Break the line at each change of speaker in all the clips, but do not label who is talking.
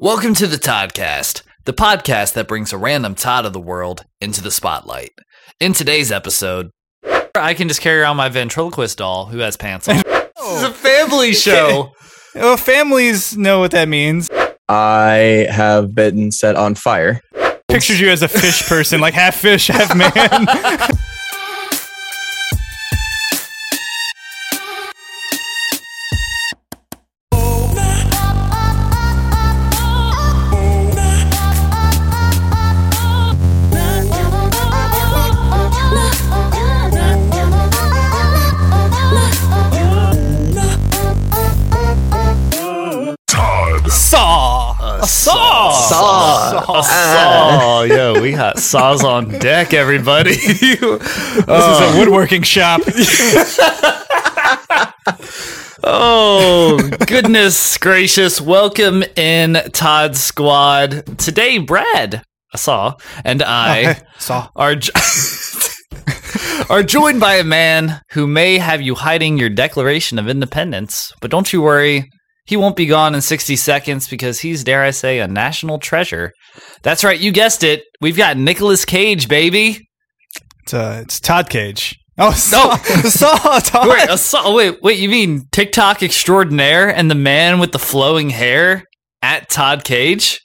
Welcome to the Toddcast, the podcast that brings a random Todd of the world into the spotlight. In today's episode, I can just carry around my ventriloquist doll who has pants on. This is a family show.
Oh, families know what that means.
I have been set on fire.
Pictured you as a fish person, like half fish, half man. Saw.
A saw.
Saw.
A saw. Oh, Yo, we got saws on deck, everybody.
This is a woodworking shop.
Oh, goodness gracious. Welcome in Todd Squad. Today, Brad, a saw, and I
Saw.
are jo- are joined by a man who may have you hiding your declaration of independence, but don't you worry, he won't be gone in 60 seconds because he's dare I say a national treasure. That's right, you guessed it. We've got Nicolas Cage, baby.
It's, uh, it's Todd Cage. Oh, saw. saw. Todd.
Wait, uh, a saw- wait, wait, you mean TikTok extraordinaire and the man with the flowing hair at Todd Cage?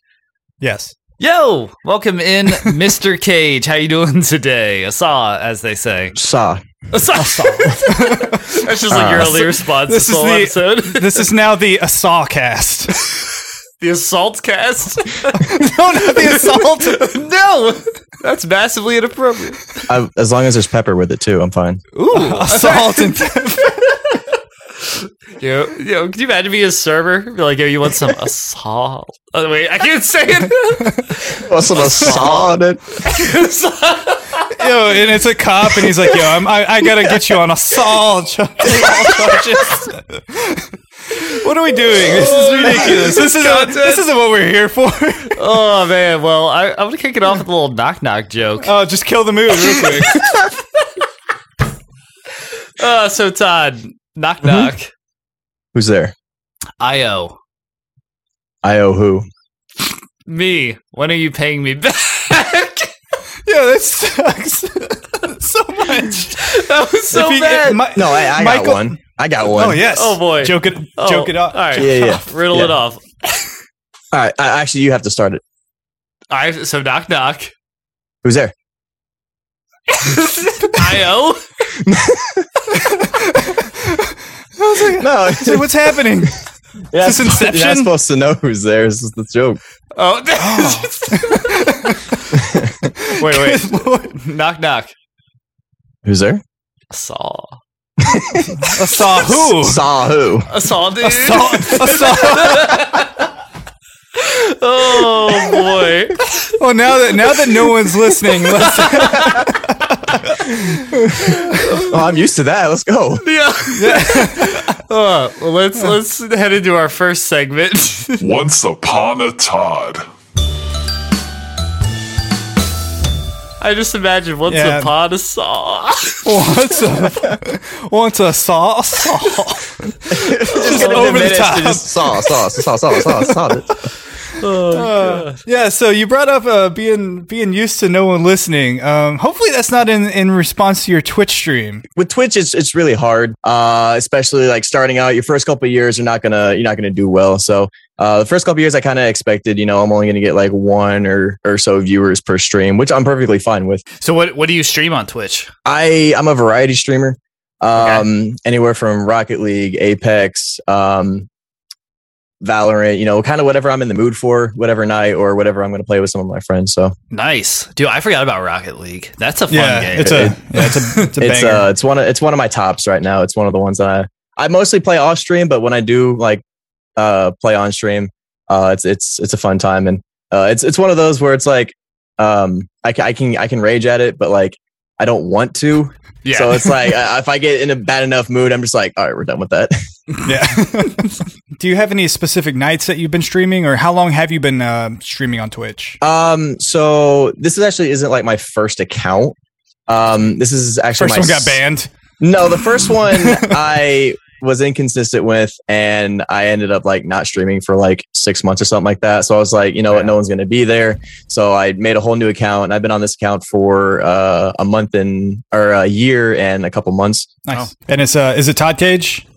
Yes.
Yo, welcome in Mr. Cage. How you doing today? Asa, as they say.
Saw.
Asa. That's just like your
Uh,
only response
this
this, whole
is
episode.
This is now the a saw cast.
the assault cast?
no, not the assault.
no! That's massively inappropriate.
I, as long as there's pepper with it too, I'm fine.
Ooh.
Assault and
Yo, yo, can you imagine being a server? Be like, yo, you want some assault? Oh, wait, I can't say it.
What's a saw on it?
yo, and it's a cop, and he's like, "Yo, I'm, I, I gotta get you on assault." char- assault charges." what are we doing? This is ridiculous. This isn't. This isn't what we're here for.
oh, man. Well, I, I'm going to kick it off with a little knock knock joke.
Oh, just kill the mood real quick.
Uh, so, Todd, knock
Mm-hmm.
knock.
Who's there?
Io,
I owe who?
me, when are you paying me back?
Yo, that sucks so much.
That was so
If he-
bad.
if Mi-
No, I, I got
Michael-
one. I got one.
Oh yes.
Oh, boy.
Joke it.
Oh,
joke it up.
All right.
Yeah, yeah.
Riddle it
Yeah.
off.
All right. I, actually, you have to start it.
All right. So knock knock.
Who's there?
Io.
No.
So what's happening?
yeah,
this Inception?
You're not supposed to know who's there. This is the joke.
Oh. wait, wait.
Good Lord.
Knock knock.
Who's there?
Saw.
A saw Uh, who?
Saw who?
A saw, dude.
Saw, a saw.
Oh boy.
Well, now that now that no one's listening, let's,
Oh, I'm used to that. Let's go.
Yeah. Uh, well, let's let's head into our first segment.
Once upon a Todd.
I just imagine once
Yeah.
upon a saw.
once a once a saw, a saw.
Just
get over the top.
Saw, saw, saw, saw, saw, saw.
Oh, Uh.
Yeah. So you brought up uh, being being used to no one listening. Um, hopefully that's not in in response to your Twitch stream.
with Twitch, it's it's really hard, uh, especially like starting out. Your first couple of years, you're not gonna you're not gonna do well. So uh, the first couple of years, I kind of expected, you know, I'm only gonna get like one or or so viewers per stream, which I'm perfectly fine with.
So what what do you stream on Twitch?
I I'm a variety streamer, um, anywhere from Rocket League, Apex, um, Valorant, you know, kind of whatever I'm in the mood for, whatever night or whatever I'm gonna play with some of my friends. So
Nice. Dude, I forgot about Rocket League. That's a fun
Yeah,
game.
it's a yeah, it's a it's a
it's
banger.
uh it's one of it's one of my tops right now. It's one of the ones that I I mostly play off stream, but when I do like uh play on stream, uh it's it's it's a fun time and uh it's it's one of those where it's like um I, ca- I can I can rage at it, but like I don't want to.
yeah.
So it's like uh, if I get in a bad enough mood, I'm just like, all right, we're done with that.
yeah. Do you have any specific nights that you've been streaming, or how long have you been uh, streaming on Twitch?
Uh,
Um, so this is actually isn't like my first account. Um, this is actually
First
my
one got
s-
banned.
No, the first one I was inconsistent with, and I ended up like not streaming for like six months or something like that. So I was like, you know what, no one's gonna be there. So I made a whole new account, and I've been on this account for uh, a month and or a year and a couple months.
Nice. And it's uh, is it Todd Cage?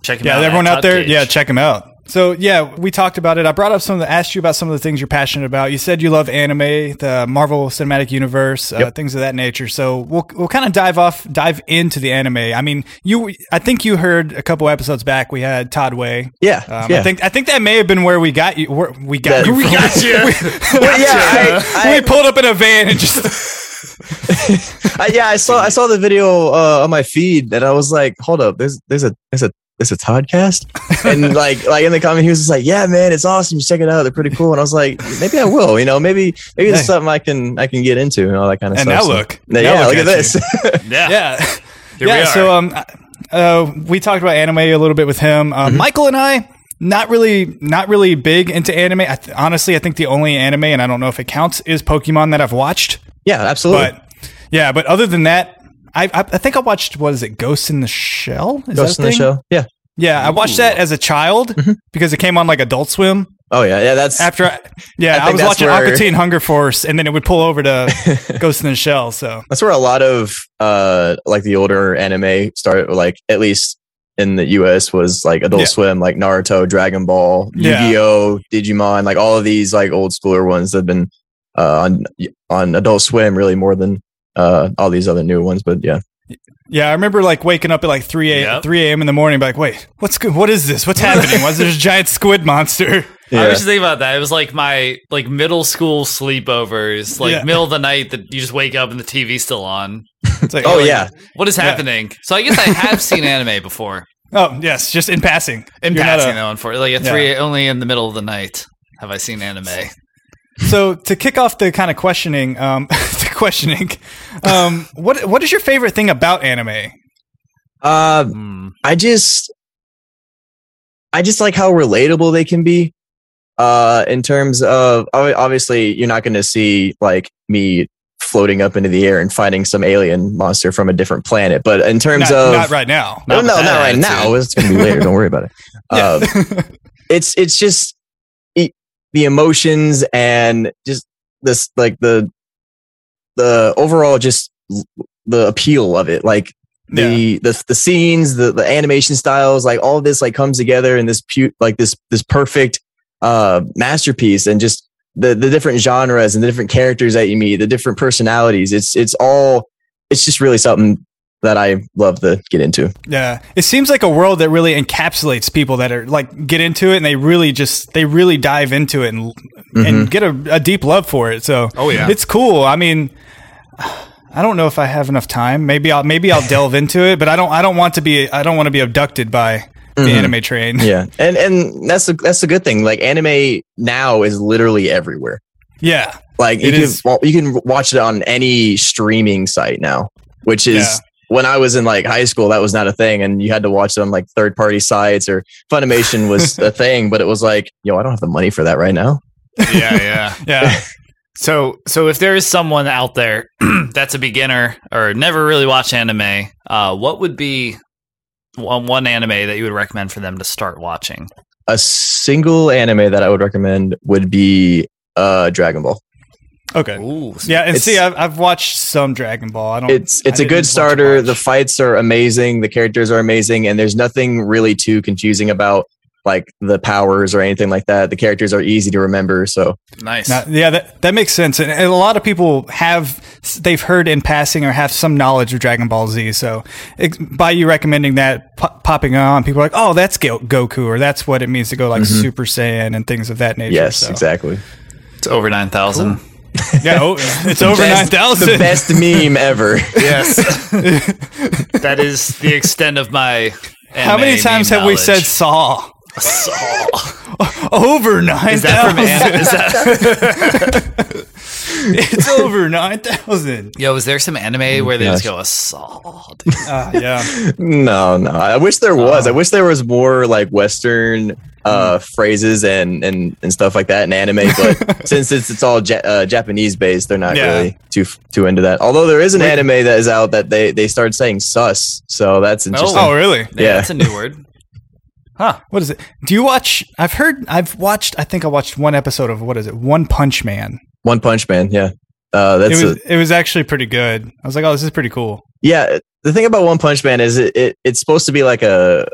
Check him
Yeah,
out. at
everyone out
Todd
there,
Cage.
yeah, check him out. So yeah, we talked about it. I brought up some of the asked you about some of the things you're passionate about. You said you love anime, the Marvel Cinematic Universe, uh, things of that nature. So we'll we'll kind of dive off, dive into the anime. I mean, you, I think you heard a couple episodes back we had Todd Way.
Yeah,
Um,
yeah.
I think I think that may have been where we got you. Where we got
That-
you.
We
from.
Got you.
But yeah, I- I-
we pulled up in a van and just
I, yeah, I saw I saw the video uh, on my feed, and I was like, "Hold up, there's there's a there's a there's a Toddcast," and like like in the comment, he was just like, "Yeah, man, it's awesome. You check it out. They're pretty cool." And I was like, "Maybe I will. You know, maybe maybe
Hey.
it's something I can I can get into and all that kind of
and
stuff."
now
So-
look,
Yeah,
Now
yeah, look
you.
at this.
yeah.
Yeah.
Here
yeah,
we are.
so um uh we talked about anime a little bit with him.
Mm-hmm.
Uh, Michael and I not really not really big into anime. I th- honestly, I think the only anime and I don't know if it counts is Pokemon that I've watched,
yeah, absolutely.
but yeah, but other than that I, I, I think I watched what is it Ghost in the Shell? Is that
Ghost
a
in the Mm-hmm.
thing?
show. Yeah.
Yeah, I watched that as a child because it came on like Adult Swim.
Oh yeah, yeah. That's
After I, yeah,
I
I,
think
was
that's
watching
where-
Aqua Teen Hunger Force, and then it would pull over to Ghost in the Shell. So
that's where a lot of uh like the older anime started like at least in the US was like Adult
Yeah.
Swim, like Naruto, Dragon Ball,
Yeah.
Yu-Gi-Oh, Digimon, like all of these like old schooler ones that have been uh, on on Adult Swim really more than uh all these other new ones. But yeah.
Yeah, I remember like waking up at like three a
Yep.
three a.m. in the morning, be like, wait, what's good? What is this? What's happening? Why is there a giant squid monster?
I
Yeah.
was just thinking about that. It was like my like middle school sleepovers, like
Yeah.
middle of the night that you just wake up and the TV's still on.
It's like,
Oh
like-
yeah.
What is
Yeah.
happening? So I guess I have seen anime before.
Oh yes, just in passing.
In
You're not
passing
a-
though, unfortunately. Like at
Yeah.
three only in the middle of the night have I seen anime.
so to kick off the kind of questioning, um, the questioning, um, what what is your favorite thing about anime?
Uh
Hmm.
I just I just like how relatable they can be. Uh in terms of ob- obviously you're not going to see like me floating up into the air and fighting some alien monster from a different planet, but in terms
Not,
of
not right now.
No,
Not
no,
with
not
that
right
attitude.
now. It's going to be later. Don't worry about it.
Yeah.
Um, it's it's just it, the emotions and just this like the the overall just l- the appeal of it. Like the the the scenes, the the animation styles, like all this like comes together in this pu- like this this perfect uh masterpiece and just the the different genres and the different characters that you meet, the different personalities. It's it's all it's just really something that I love to get into.
Yeah, it seems like a world that really encapsulates people that are like get into it and they really just they really dive into it and
Mm-hmm.
and get a, a deep love for it. So
Oh, yeah.
it's cool. I mean, I don't know if I have enough time. Maybe I'll maybe I'll delve into it, but I don't I don't want to be I don't want to be abducted by the
Mhm.
anime train.
yeah and and that's the that's the good thing like anime now is literally everywhere
Yeah,
like you
It
can,
is.
wa- you can watch it on any streaming site now which is
Yeah.
when i was in like high school that was not a thing and you had to watch it on like third party sites or funimation was a thing but it was like yo i don't have the money for that right now
yeah, yeah.
yeah,
So, so if there is someone out there that's a beginner or never really watched anime, uh, what would be one, one anime that you would recommend for them to start watching?
a single anime that i would recommend would be uh dragon ball
okay,
Ooh,
yeah. And
It's-
see, I've, I've watched some Dragon Ball. I don't. Oh,
it's
I
it's a
didn't
good
watch
starter.
much.
The fights are amazing. The characters are amazing, and there's nothing really too confusing about like the powers or anything like that. The characters are easy to remember. So
nice.
Now- yeah, that, that makes sense. And, and a lot of people have, they've heard in passing or have some knowledge of Dragon Ball Z. So it, by you recommending that po- popping on, people are like, oh, that's Go- Goku, or that's what it means to go like Super Saiyan and things of that nature.
Mm-hmm. yes,
So-
exactly.
it's over nine thousand.
Yeah, oh, it's over
Best-
9,000.
The best meme ever.
Yes, that is the extent of my.
How many
anime
times
meme
have we
knowledge.
said Saw?
Saw?
Over 9,000.
Is that from anime? Is that
it's over nine thousand.
Yo, is there some anime where they just
gosh.
go assault?
Uh, yeah,
No, no. I wish there was.
Oh.
I wish there was more like Western uh,
Hmm.
phrases and, and and stuff like that in anime. But since it's it's all ja- uh, Japanese based, they're not
Yeah.
really too too into that. Although there is an anime that is out that they they started saying "sus," so that's interesting.
Oh, really?
Yeah,
Yeah.
that's a new word. Huh.
What is it? Do you watch? I've heard. I've watched. I think I watched one episode of what is it? One Punch Man.
One Punch Man. Yeah, uh, that's
it was.
a,
it was actually pretty good. I was like, oh, this is pretty cool.
yeah. The thing about One Punch Man is it, it it's supposed to be like a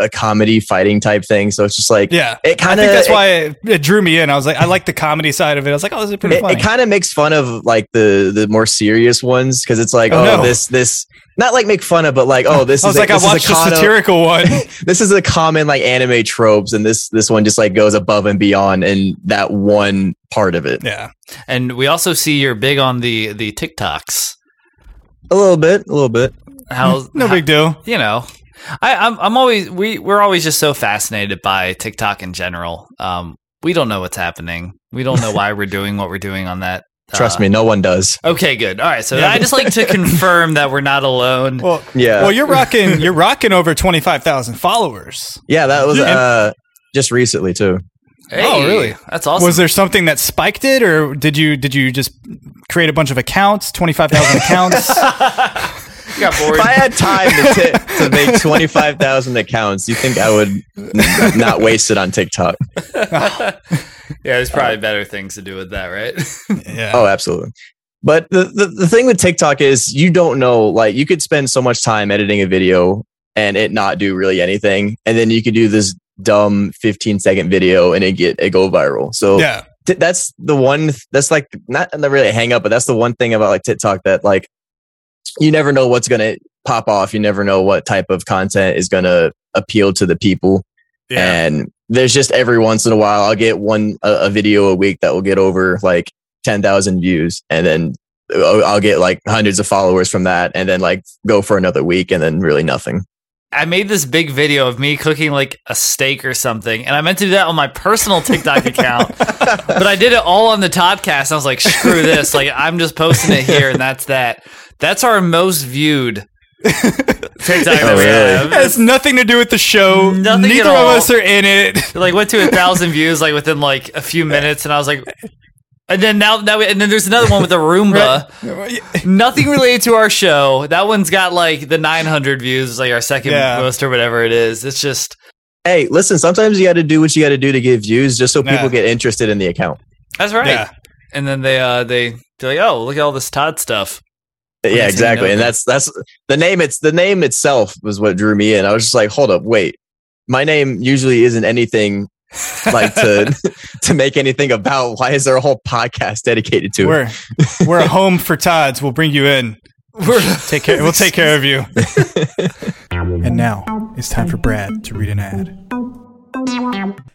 a comedy fighting type thing. So it's just like
Yeah.
uh, it
I
kind of
think that's why it, it drew me in. I was like, I like the comedy side of it. I was like, oh, this is pretty
it,
funny.
it kind of makes fun of like the the more serious ones because it's like
Oh,
oh,
no.
this this not like make fun of but like oh this
I
is
was
a-
like, I
this is a
watched the
con-
satirical one.
this is a common like anime tropes and this this one just like goes above and beyond in that one part of it
yeah.
And we also see you're big on the the TikToks.
a little bit a little bit
How's
No
how-
big deal.
you know I, I'm, I'm always we we're always just so fascinated by TikTok in general. Um, we don't know what's happening. We don't know why we're doing what we're doing on that.
trust
Uh,
me no one does
Okay, good. All right. So
Yeah. Oh,
I just like to confirm that we're not alone.
Well,
yeah
well, you're rocking. You're rocking over twenty five thousand followers.
yeah that was
Yeah.
uh just recently too
oh, really?
That's awesome.
Was there something that spiked it, or did you did you just create a bunch of accounts, twenty five thousand accounts?
You got bored.
if I had time to, t- to make 25,000 accounts, you think I would n- not waste it on TikTok?
yeah, there's probably better things to do with that, right?
yeah.
Oh, absolutely. But the, the, the thing with TikTok is you don't know, like you could spend so much time editing a video and it not do really anything. And then you could do this dumb 15 second video and it get, it go viral. So
Yeah.
t- that's the one, that's like not, not really a hang up, but that's the one thing about like TikTok that like you never know what's going to pop off. You never know what type of content is going to appeal to the people. And there's just every once in a while, I'll get one a, a video a week that will get over like ten thousand views, and then I'll I'll get like hundreds of followers from that, and then like go for another week, and then really nothing.
I made this big video of me cooking like a steak or something, and I meant to do that on my personal TikTok account, but I did it all on the Toddcast. I was like, screw this. Like, I'm just posting it here, and that's that. That's our most viewed TikTok
Oh,
that we
really?
have.
It has
It's-
nothing to do with the show.
Nothing at
Neither of
all.
us are in it.
it, like, went to a thousand views like within like a few minutes, and I was like, and then now, now we, and then there's another one with a Roomba. Nothing related to our show. That one's got like the 900 views, like our second
Yeah.
most or whatever it is. It's just
Hey, listen, sometimes you got to do what you got to do to get views, just so
Nah.
people get interested in the account.
that's right.
Yeah.
and then they uh they they're like, oh, look at all this Todd stuff.
Yeah,
Amazing,
exactly. And
okay.
that's that's the name. It's the name itself was what drew me in. I was just like, hold up, wait. My name usually isn't anything like to to make anything about. Why is there a whole podcast dedicated to it?
We're we're a home for Todd's. We'll bring you in. We're, take care. We'll take care of you. and now it's time for Brad to read an ad.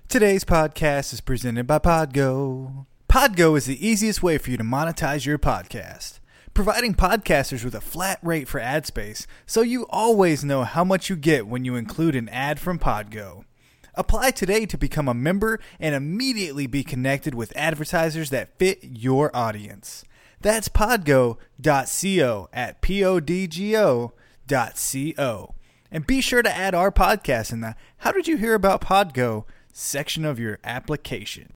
Today's podcast is presented by Podgo. Podgo is the easiest way for you to monetize your podcast, providing podcasters with a flat rate for ad space, so you always know how much you get when you include an ad from Podgo. Apply today to become a member and immediately be connected with advertisers that fit your audience. That's podgo.co at podgo.co. And be sure to add our podcast in the How Did You Hear About Podgo section of your application.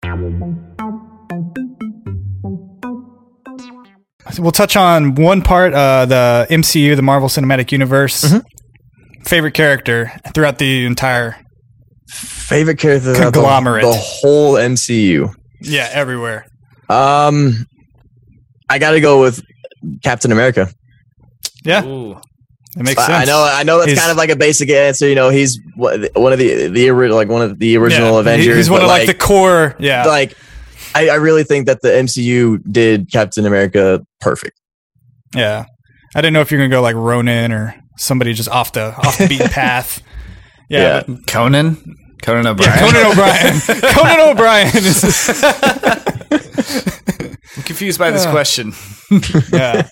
We'll touch on one part uh, the MCU, the Marvel Cinematic Universe. Favorite character throughout the entire
favorite character throughout the-
Conglomerate.
the, whole MCU.
Yeah, everywhere.
Um, I got to go with Captain America.
Yeah,
Ooh.
it makes
I, I
sense.
know, I know that's
He's-
kind of like a basic answer. You know, he's one one of the the ori- like one of the
Yeah,
original
he-
Avengers.
He's one
but,
of like, the core. Yeah,
like. I, I really think that the MCU did Captain America perfect.
yeah. I didn't know if you're gonna go like Ronin or somebody just off the off the beaten path. Yeah, but-
Conan? Conan O'Brien.
yeah, Conan O'Brien. Conan O'Brien. Is,
I'm confused by this question.
yeah.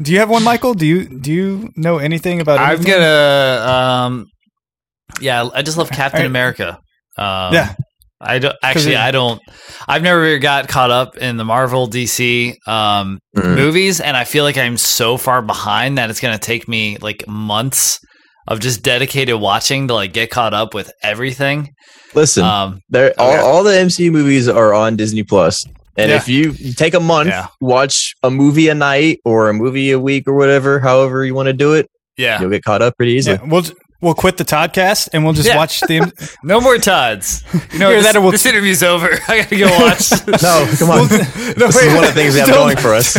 Do you have one, Michael? Do you do you know anything about?
I'm
anything?
gonna um Yeah, I just love Captain
Alright.
America. Um,
Yeah.
I don't actually.
it-
I don't. I've never got caught up in the Marvel DC um,
Mhm.
movies, and I feel like I'm so far behind that it's going to take me like months of just dedicated watching to like get caught up with everything.
Listen,
Um,
There, all,
Okay.
all the MCU movies are on Disney Plus, and if you take a month,
Yeah.
watch a movie a night or a movie a week or whatever, however you want to do it,
yeah,
you'll get caught up pretty easily.
Yeah, we'll we'll quit the Toddcast and we'll just
Yeah.
watch the.
no more Tods. You know,
Here,
this,
that'll- we'll-
this interview's over. I gotta go watch.
No, come on.
no,
this
wait,
is one of the things we have
don't-
going for us.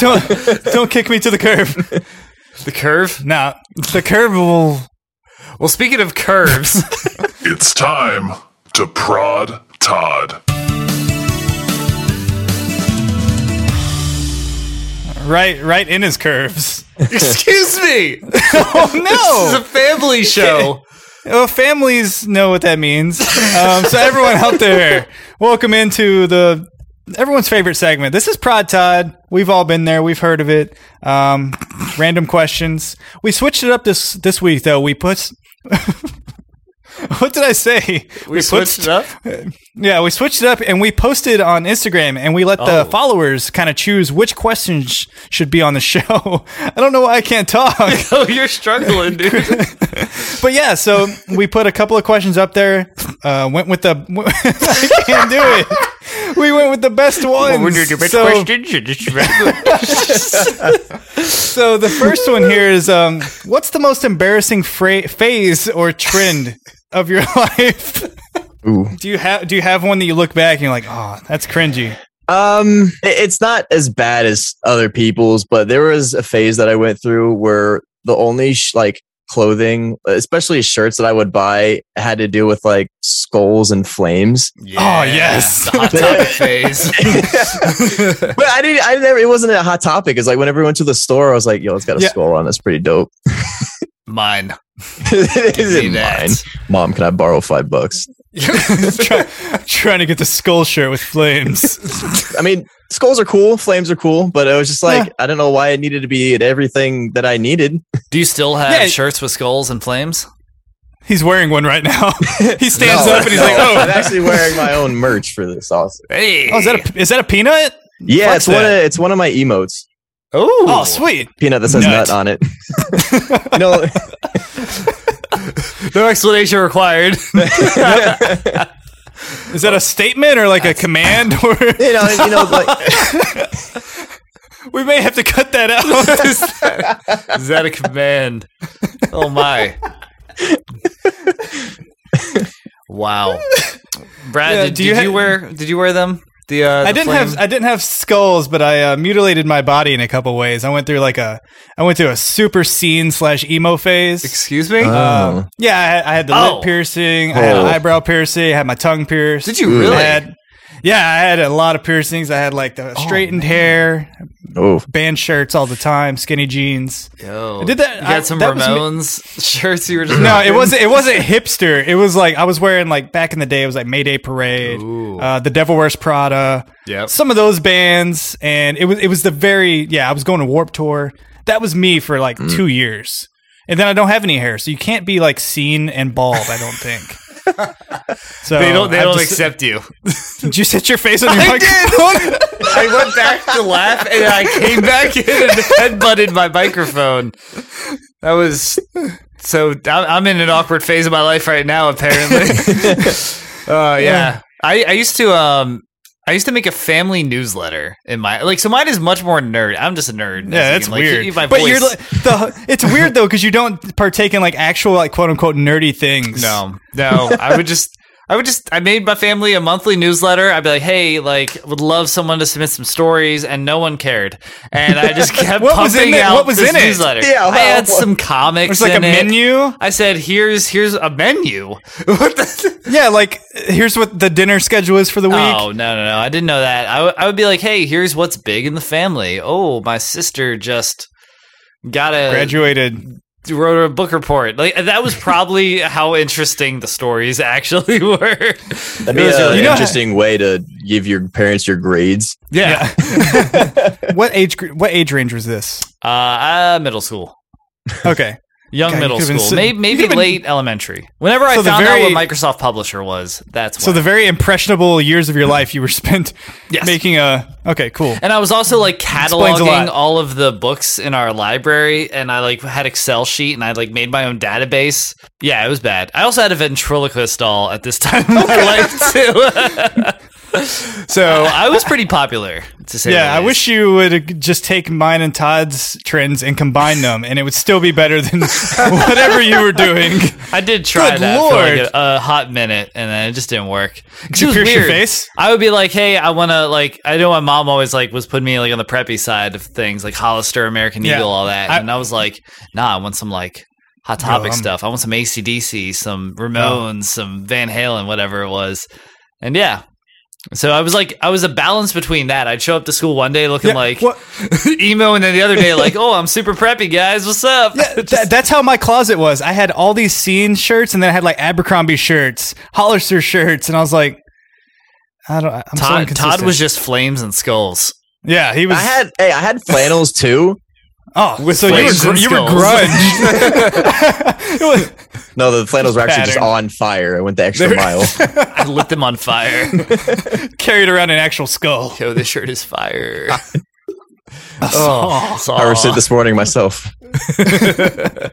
Don't don't kick me to the curb.
the curve.
Now the curb will.
Well, speaking of curves,
It's time to prod Todd.
Right, right in his curves.
excuse me, this is a
Oh
family show.
no! Well, families know what that means. Um, so everyone out there, welcome into the everyone's favorite segment. This is Prod Todd. We've all been there. We've heard of it. Um, random questions. We switched it up this this week though. We put. what did I say?
We, switched it up.
Yeah, we switched it up and we posted on Instagram and we let the followers kind of choose which questions sh- should be on the show. I don't know why I can't talk.
Oh, you're struggling, dude.
But yeah, so we put a couple of questions up there. Uh, went with the I can't do it. We went with the best ones. so, so the first one here is um, what's the most embarrassing fra- phase or trend of your life?
Ooh.
Do you have Do you have one that you look back and you're like, oh, that's cringy?
Um, it- it's not as bad as other people's, but there was a phase that I went through where the only sh- like clothing, especially shirts that I would buy, had to do with like skulls and flames.
Oh, yes.
the hot topic phase.
but I didn't. I never. It wasn't a hot topic. It's like whenever we went to the store, I was like, "Yo, it's got a
Yeah.
skull on. That's pretty dope."
Mine.
it
Give me
isn't
that.
mine. Mom, can I borrow five bucks?
Try, trying to get the skull shirt with flames.
I mean, skulls are cool. Flames are cool. But it was just like I don't know why it needed to be at everything that I needed.
Do you still have
Yeah.
shirts with skulls and flames?
He's wearing one right now. He stands
No,
up and he's
no,
like, oh,
I'm actually wearing my own merch for this. Also,
Hey.
oh, is that a, is that a peanut?
yeah,
Fuck
it's one. Of,
that.
it's one of my emotes.
Oh, sweet.
Peanut that says
Nut.
nut, on it. you know,
no explanation required.
Is that a statement or like a command? Or
you know, you know, like
we may have to cut that out.
is, that- is that a command? Oh my. Wow. Brad,
Yeah,
did,
do you
did
ha-
you wear did you wear them? The uh
I didn't have I didn't have skulls, but I uh, mutilated my body in a couple ways. I went through like a I went through a super scene slash emo phase.
Excuse me? Uh,
Um,
uh-huh.
yeah, I had, I had the
Oh.
lip piercing, I had an
Oh.
eyebrow piercing, I had my tongue pierced.
did you
ooh,
really?
I had, yeah, I had a lot of piercings. I had like the
Oh,
straightened hair,
oh,
band shirts all the time, skinny jeans.
Yo,
I did that-
You
I-
got some
that was me-
Ramones shirts you were just
No, it
rocking?
wasn't. It wasn't hipster. It was like I was wearing like back in the day. It was like Mayday Parade,
Ooh.
uh, the Devil Wears Prada,
Yep.
some of those bands, and it was it was the very yeah. I was going to Warp Tour. That was me for like
Mm.
two years, and then I don't have any hair, so you can't be like seen and bald. I don't think. So
They don't they
I
don't
just-
accept you.
Did you set your face on your
I
microphone?
I went back to laugh and I came back in and headbutted my microphone. That was so. I'm- I'm in an awkward phase of my life right now, apparently. uh, yeah. I, I used to um I used to make a family newsletter in my like so mine is much more nerd. I'm just a nerd. as you
Yeah, that's
can, like,
weird.
you- my
but
voice-
you're like the. It's weird though because you don't partake in like actual like quote unquote nerdy things.
No, no. I would just, I would just, I made my family a monthly newsletter. I'd be like, hey, like, would love someone to submit some stories, and no one cared. And I just kept
What
pumping
was in it?
out
What was
this
in it?
newsletter.
Yeah,
I had
what-
some comics.
It's like a
in it.
menu.
I said, here's here's a menu. what the?
Yeah, like here's what the dinner schedule is for the week.
Oh no no no! I didn't know that. I would- I would be like, hey, here's what's big in the family. Oh, my sister just got a
Graduated.
wrote a book report. Like that was probably how interesting the stories actually were.
that'd be
It was
a
really
You know-
interesting way to give your parents your grades.
yeah.
What age? gr- What age range was this?
Uh, uh middle school.
Okay,
Young
God, you
middle
could've been
school,
si-
may-
you
maybe
could've been-
late elementary. Whenever I
So the
found out
very-
what Microsoft Publisher was, that's
So
when.
the very impressionable years of your life you were spent
Yes.
making a okay, cool.
and I was also like
Explains a lot.
cataloging all of the books in our library, and I like had Excel sheet, and I like made my own database. Yeah, it was bad. I also had a ventriloquist doll at this time in my life too.
So
I was pretty popular to say.
yeah,
the
I
least.
wish you would just take mine and Todd's trends and combine them, and it would still be better than whatever you were doing.
I did try
Good
that for
lord.
like a, a hot minute, and then it just didn't work. Did
you pierce your face?
I would be like, "Hey, I want to like." I know my mom always like was putting me like on the preppy side of things, like Hollister, American
Yeah.
Eagle, all that,
I-
and I was like, "Nah, I want some like hot topic
I'm- Oh.
stuff. I want some ACDC, some Ramones, some Van Halen, whatever it was." And yeah. So I was like, I was a balance between that. I'd show up to school one day looking
Yeah,
like
what-
emo, and then the other day like, oh, I'm super preppy, guys. What's up?
That, that's how my closet was. I had all these scene shirts, and then I had like Abercrombie shirts, Hollister shirts, and I was like, I don't. I'm so
Todd, Todd
inconsistent.
was just flames and skulls.
yeah, he was.
I had hey, I had flannels too.
oh, so you were,
flames
gr-
and
you were
skulls.
grunge. It was-
No, the flannels were actually just
Pattern.
on fire. I went the extra
They're-
mile.
I lit them on fire.
carried around an actual skull.
Yo, this shirt is fire.
Oh.
I harvested this morning myself.
Uh,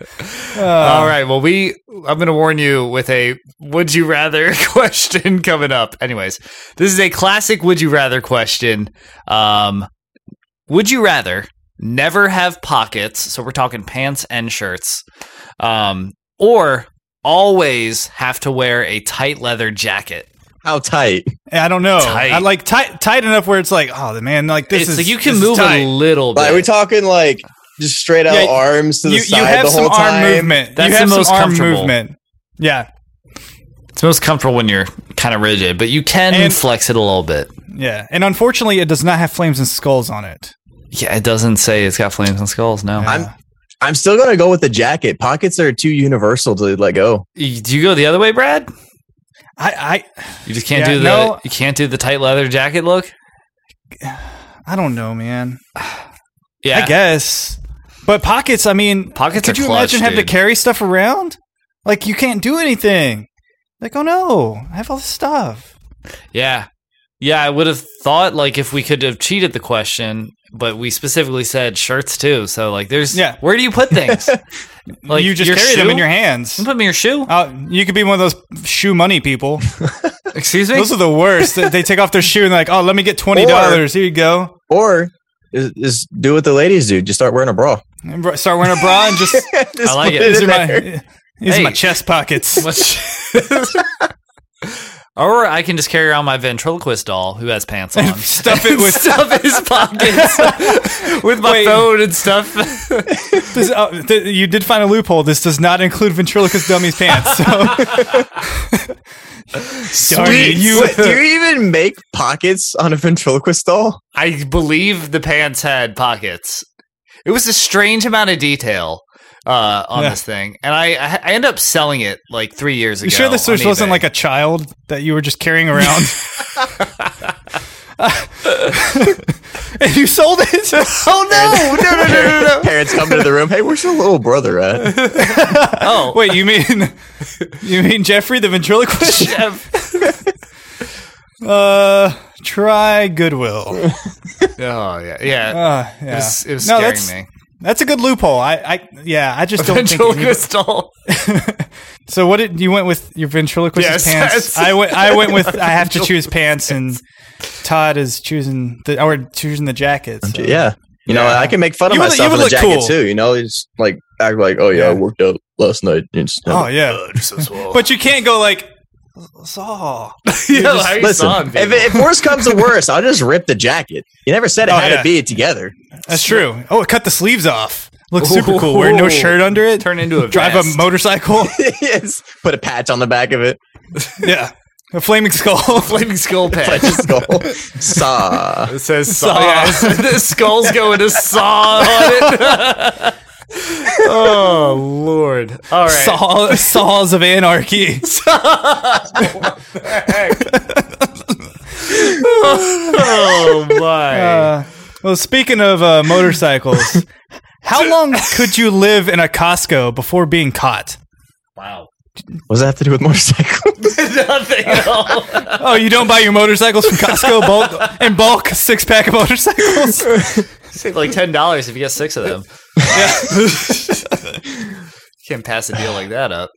All right. Well, we I'm going to warn you with a would you rather question coming up. Anyways, this is a classic would you rather question. Um, would you rather never have pockets? So we're talking pants and shirts, um, or always have to wear a tight leather jacket.
How tight?
I don't know.
Tight.
I like tight, tight enough where it's like, oh man, like this
it's
is
like you
this
can
is
move
tight.
a little bit.
Like, are we talking like just straight out
Yeah,
arms to the
you,
side
you have
the
some
whole
arm
time?
movement.
That's
you have
the most
some arm
comfortable.
movement. Yeah,
It's most comfortable when you're kind of rigid, but you can
And-
flex it a little bit.
yeah. And unfortunately, it does not have flames and skulls on it.
Yeah, it doesn't say it's got flames and skulls. No,
I'm I'm still gonna go with the jacket. Pockets are too universal to let go.
Y- do you go the other way, Brad?
I,
You just can't
Yeah,
do the
no.
you can't do the tight leather jacket look.
I, I don't know, man.
Yeah,
I guess. But pockets, I mean,
Pockets
Could
are
you
clutch,
imagine having to
dude.
carry stuff around? Like you can't do anything. Like oh no, I have all this stuff.
yeah, yeah. I would have thought like if we could have cheated the question, but we specifically said shirts too. So like, there's
Yeah.
Where do you put things? like
you just
your
carry them
shoe?
in your hands.
You Put them in your shoe.
Uh, you could be one of those shoe money people.
Excuse me.
Those are the worst. they, they take off their shoe and they're like, oh, let me get twenty dollars. Here you go.
Or is, is do what the ladies do. Just start wearing a bra.
And bro- start wearing a bra and just
Just
like
put
it.
these are
in
my
there.
these are my
Hey.
chest pockets.
What's- or I can just carry around my ventriloquist doll who has pants on.
Stuff it with
stuff his pockets with my
Wait.
phone and stuff.
this. Uh, th- you did find a loophole. This does not include ventriloquist dummies pants. So. Darn
Sweet.
it, you
Wait, do you even make pockets on a ventriloquist doll?
I believe the pants had pockets. It was a strange amount of detail uh, on
Yeah.
this thing, and I I I ended up selling it like three years ago.
You sure this
on
was- wasn't
eBay.
like a child that you were just carrying around? and you sold it? oh
No, no, no, no, no, no. Parents come into the room. Hey, where's your little brother at?
oh
Wait, you mean you mean Jeffrey the ventriloquist?
Jeff.
Uh, try Goodwill.
oh yeah yeah.
Uh, yeah.
it was, it was
No,
scaring
that's,
me.
That's a good loophole. I, I yeah, I just don't think. any-
Ventriloquist doll.
So what did you went with your ventriloquist
Yes,
pants?
that's-
I went. I went with. I have to choose pants, and Todd is choosing the or choosing the jacket. so.
Yeah. You know,
Yeah.
I can make fun of
You would- you
myself
would
in the
look
jacket
cool.
too. You know, it's like act like, oh yeah, I
Yeah.
worked out last night. It's,
Oh yeah. But you can't go like Saw.
Yo,
Just
how you
listen,
saw him,
if,
people.
if worse comes to worse, I'll just rip the jacket. You never said it
Oh,
had
yeah.
to be together.
That's true. Oh, it cut the sleeves off. Looks super cool. Wear
Ooh.
no shirt under it.
Turn into a
drive
vest.
a motorcycle.
yes. Put a patch on the back of it.
yeah. A flaming skull.
flaming skull
Like
patch.
a skull. Saw.
It says saw. Yeah, the skulls go into saw on it. oh lord! All right.
Saw, saws of anarchy.
Oh my! Oh, Uh,
Uh, well, speaking of uh, motorcycles, How long could you live in a Costco before being caught?
Wow.
What does that have to do with motorcycles?
Nothing at all.
Oh, you don't buy your motorcycles from Costco bulk, in bulk, six pack of motorcycles.
Save like ten dollars if you get six of them. Can't pass a deal like that up.